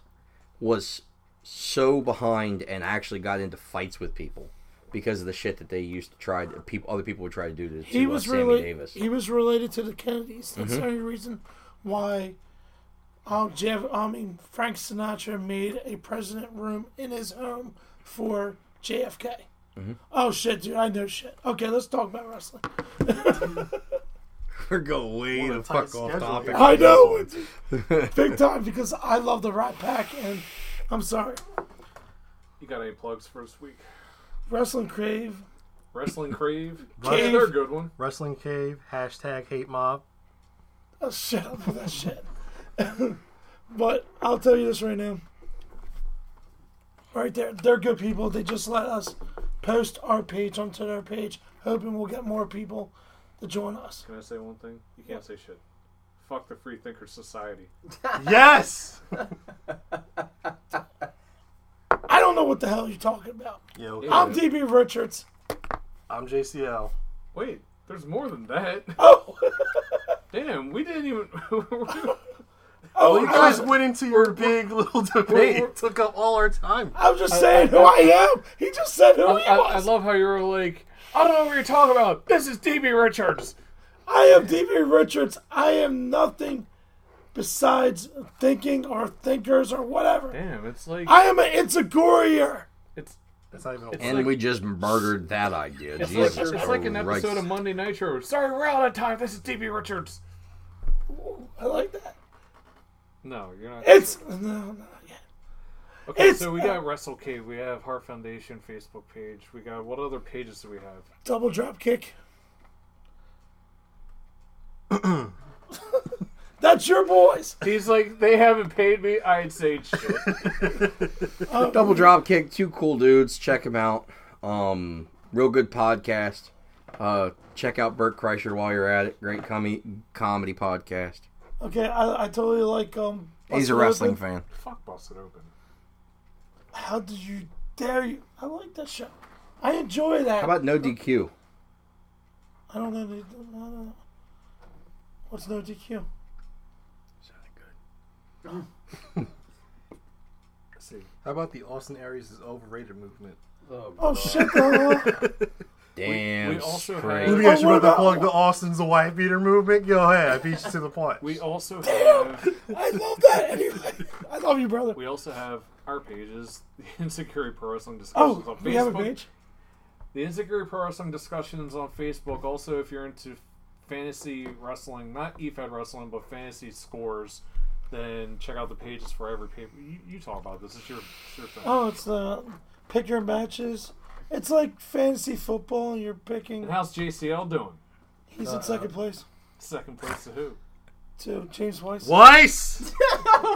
was so behind and actually got into fights with people because of the shit that they used to try. To, people, other people would try to do to, He to, uh, was Sammy really Davis. he was related to the Kennedys. That's Mhm. the only reason why. Um, Jeff, I mean Frank Sinatra made a president room in his home for JFK. Mhm. Oh shit, dude! I know shit. Okay, let's talk about wrestling. We're going way the fuck off topic. I know it's big time because I love the Rat Pack, and I'm sorry, You got any plugs for this week? wrestling crave. Wrestling Crave. Cave. Another good one. Wrestling Cave, hashtag hate mob. Oh, shut up with that shit. but I'll tell you this right now. Right there, they're good people. They just let us post our page onto their page, hoping we'll get more people to join us. Can I say one thing? You can't say shit. Fuck the Free Thinker Society. Yes! I don't know what the hell you're talking about. Yo, I'm DB Richards. I'm JCL. Wait, there's more than that. Oh! Damn, we didn't even. Oh, you guys went into your big little debate. we're- took up all our time. I'm just saying who I am. He just said who he I, was. I love how you were like, I don't know what you're talking about. This is DB Richards. I am DB Richards. I am nothing besides thinking or thinkers or whatever. Damn, it's like I am an Insigorier. It's that's not even. and we just murdered that idea. It's like, Jesus it's like an Christ. episode of Monday Nitro. Sorry, we're out of time. This is DB Richards. I like that. No, you're not. It's no, no. okay. it's- so we got Wrestle Cave. We have Heart Foundation Facebook page. We got what other pages do we have? Double drop kick. That's your boys. He's like, they haven't paid me. I'd say shit. Double drop kick, two cool dudes. Check them out. Um, real good podcast. Uh, check out Bert Kreischer while you're at it. Great com- comedy podcast. Okay, I, I totally like um. He's a Busted wrestling Open. fan. Fuck, bust it open. How did you dare you? I like that show. I enjoy that. How about No DQ? I don't know. the- I don't know. What's no DQ? How about the Austin Aries is overrated movement? Oh, Oh shit! Carl. Damn. we also Let have- me ask you Oh, about the what plug. The Austin's a white beater movement. Go ahead, I beat you to the point. We also Damn! have I love that. Anyway, I love you, brother. we also have our pages, the Insecurity Pro Wrestling discussions Oh, on Facebook. we have a page. The Insecurity Pro Wrestling discussions on Facebook. Also, if you're into fantasy wrestling, not E EFED wrestling, but fantasy scores, then check out the pages for every paper. You, you talk about this. It's your, it's your thing. Oh, it's the pick your matches. It's like fantasy football, and you're picking. And how's JCL doing? He's in second place Second place to who? to James Weiss. Weiss,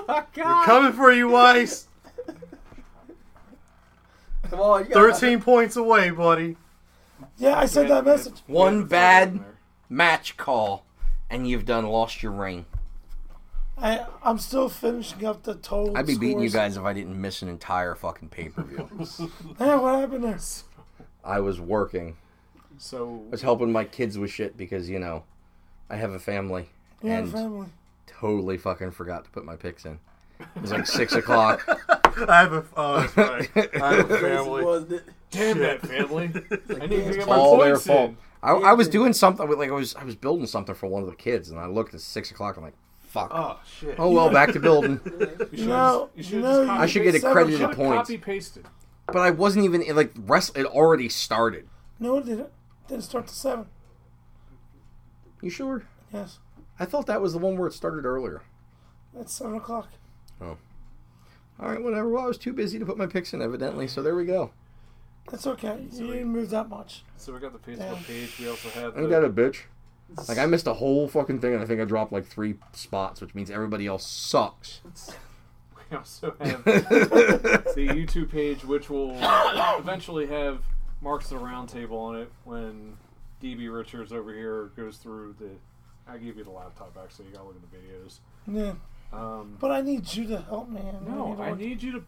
we're coming for you, Weiss. Come on, you gotta- Thirteen points away, buddy. Yeah, I sent that message. One bad match call, and you've done lost your ring. I I'm still finishing up the total. I'd be beating you scores. guys if I didn't miss an entire fucking pay per view. Hey, what happened there? I was working. So I was helping my kids with shit because you know, I have a family Yeah, and family. totally fucking forgot to put my picks in. It was like six o'clock. I have a. Oh, that's right. I have a family. wasn't it? damn that family. I need to get my all their points fault. in. I, I was doing something with like I was I was building something for one of the kids, and I looked at six o'clock. I'm like, fuck. Oh shit. Oh well, back to building. You You should've know, just- you should've know, just you I should get made seven- accredited should've points. Copy pasted. But I wasn't even it, like wrestle. It already started. No, it didn't. Didn't start to seven. You sure? Yes, I thought that was the one where it started earlier. that's seven o'clock. All right, whatever. Well, I was too busy to put my picks in, evidently. So there we go. That's okay. You didn't move that much. So we got the Facebook Yeah. page. We also have Ain't the, that a bitch? Like I missed a whole fucking thing, and I think I dropped like three spots, which means everybody else sucks. we also have the YouTube page, which will eventually have marks of the roundtable on it when DB Richards over here goes through the. I gave you the laptop back, so you gotta look at the videos. Yeah, Um, but I need you to help me. and no, to I work- need you to.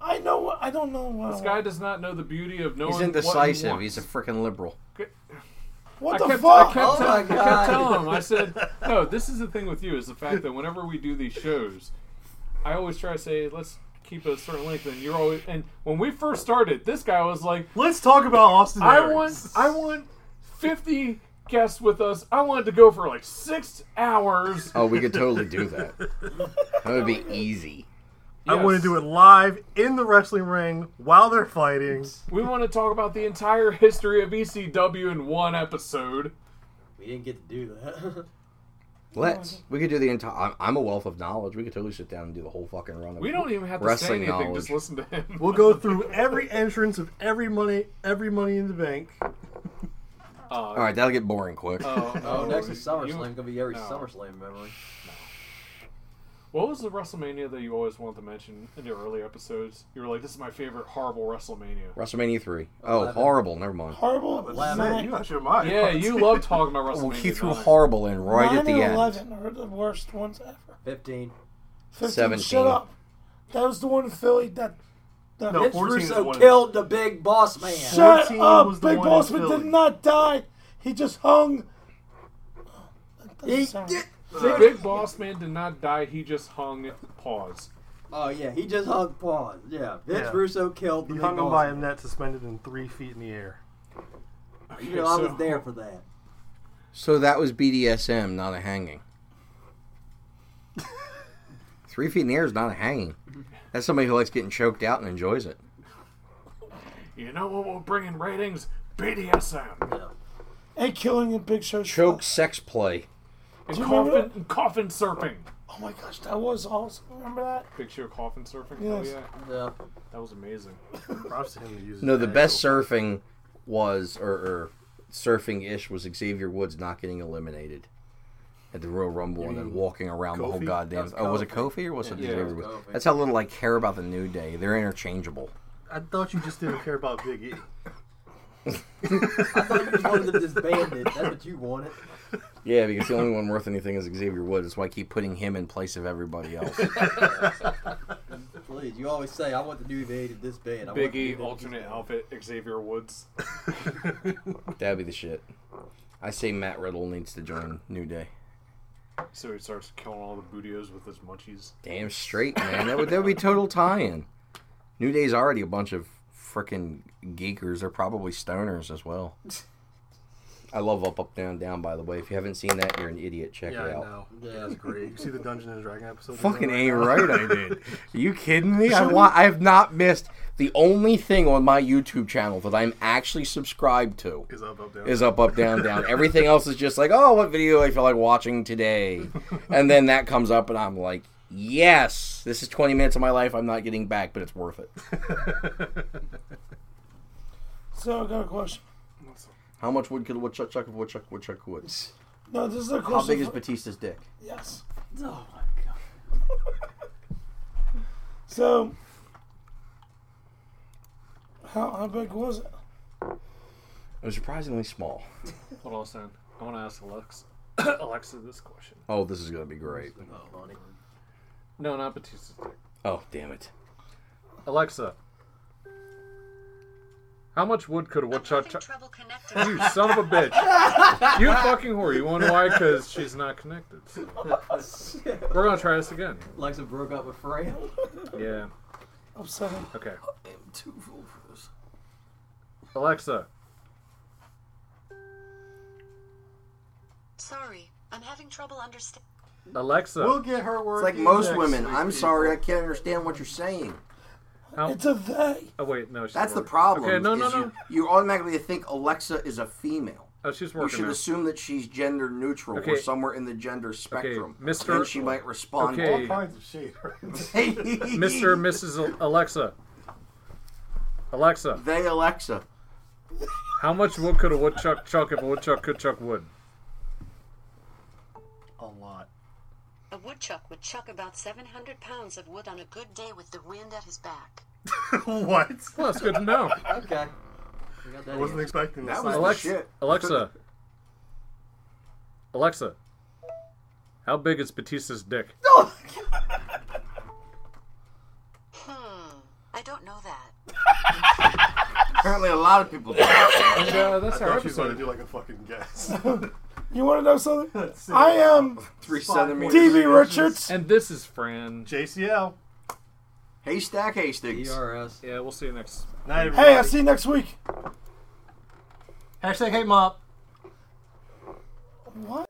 I know. what- I don't know. What This guy does not know the beauty of knowing. He's what he indecisive. wants. He's a freaking liberal. What I the kept, fuck? I kept, Oh tell- my I kept God. telling him. I said, "No, this is the thing with you is the fact that whenever we do these shows, I always try to say let's keep a certain length." And you're always and when we first started, this guy was like, "Let's talk about Austin I Aries." want, I want fifty guests with us. I wanted to go for like six hours. Oh, we could totally do that. That would be easy. I want to do it live in the wrestling ring while they're fighting. We want to talk about the entire history of ECW in one episode. We didn't get to do that. Let's. We could do the entire. I'm, I'm a wealth of knowledge. We could totally sit down and do the whole fucking run. Of We don't even have to say wrestling anything. knowledge. Just listen to him. We'll go through every entrance of every money, every money in the bank. All right, that'll get boring quick. Oh, Oh, no, next you- is SummerSlam. you- gonna be every no. SummerSlam memory. What was the WrestleMania that you always wanted to mention in the early episodes? You were like, "This is my favorite horrible WrestleMania." WrestleMania three. Oh, Eleven. horrible. Never mind. Horrible. Eleven. You actually might. Yeah, you love talking about WrestleMania. Well, Oh, he threw nine. horrible in right Nine at the and end. eleven are the worst ones ever. 15. 15, Shut 17. up. That was the one in Philly that. that Vince Russo killed the big boss man. Shut up! Uh, Big Bossman did not die. He just hung. He did. The big boss man did not die. He just hung. Pause. Oh yeah, he just hung paws. Yeah, Vince Yeah. Russo killed the You big hung him boss. by a net suspended in three feet in the air. you know, I was there for that. So that was BDSM, not a hanging. Three feet in the air is not a hanging. That's somebody who likes getting choked out and enjoys it. You know what will bring in ratings? BDSM. And killing in Big Show. Choke sex play. And Do you coffin, remember and coffin surfing. Oh my gosh, that was awesome. Remember that? Picture of coffin surfing. Yes. Oh yeah. Yeah. That was amazing. Props to him to use No, his the bag. best surfing was, or, or surfing ish, was Xavier Woods not getting eliminated at the Royal Rumble and then walking around the whole Kofi? goddamn. That was oh, was it Kofi. Kofi or was it Yeah, Xavier it was Woods? Kofi. That's how little I care about the New Day. They're interchangeable. I thought you just didn't care about Big E. I thought you just wanted to disband it. That's what you wanted. Yeah, because the only one worth anything is Xavier Woods. That's why I keep putting him in place of everybody else. Please, you always say I want the new day to disband. I want Big the New E Day to alternate outfit Xavier Woods. That'd be the shit. I say Matt Riddle needs to join New Day. So he starts killing all the bootios with his munchies. Damn straight, man. That would that would be total tie-in. New Day's already a bunch of freaking geekers. They're probably stoners as well. I love Up Up Down Down. By the way, if you haven't seen that, you're an idiot. Check Yeah, it I out. know. Yeah, that's great. You see the Dungeon and Dragon episode? that's Fucking on ain't now? right. I did. Are you kidding me? I want. I have not missed the only thing on my YouTube channel that I'm actually subscribed to. Is up, up, down. is up, up, down, down. Everything else is just like, oh, what video I feel like watching today. And then that comes up, and I'm like, yes, this is 20 minutes of my life I'm not getting back, but it's worth it. So I got a question. How much wood could a woodchuck chuck if woodchuck woodchuck would? No, this is a How question big is for- Batista's dick? Yes. Oh my god. so, how, how big was it? It was surprisingly small. Hold on, Stan. I want to ask Alexa. Alexa, this question. Oh, this is gonna be great. No, not Batista's dick. Oh, damn it. Alexa, how much wood could a woodchuck? chuck? connecting. you son of a bitch! you fucking whore! You want why? Because she's not connected. So. Oh, We're gonna try this again. Alexa broke up with Fran. Yeah. Upsetting. Okay. I'm too full for this. Alexa, Sorry, I'm having trouble understanding. Alexa. We'll get her word. It's like most women. I'm sorry, I can't understand what you're saying. How- It's a they. Oh wait, no. She's That's the working. problem. Okay, no, is no, no. You, you automatically think Alexa is a female. Oh, she's You working. should now. assume that she's gender neutral or Okay. somewhere in the gender spectrum. Mr. Then she might respond. Okay. Well, Kinds of shit. Mr. and Mrs. Al- Alexa. Alexa. They Alexa. How much wood could a woodchuck chuck if a woodchuck could chuck wood? A lot. A woodchuck would chuck about 700 pounds of wood on a good day with the wind at his back. what? Well, that's good to know. Okay. I wasn't expecting that. Alexa, Alexa. Alexa. How big is Batista's dick? Hmm. I don't Apparently, a lot of people do. And, uh, that's I our thought you were going episode. to do like a fucking guess. You want to know something? I am Three DB centimeters. Richards. And this is Fran. JCL. Haystack E Hastings. DRS. Yeah, we'll see you next. Hey, I'll see you next week. Hashtag hate mop. What?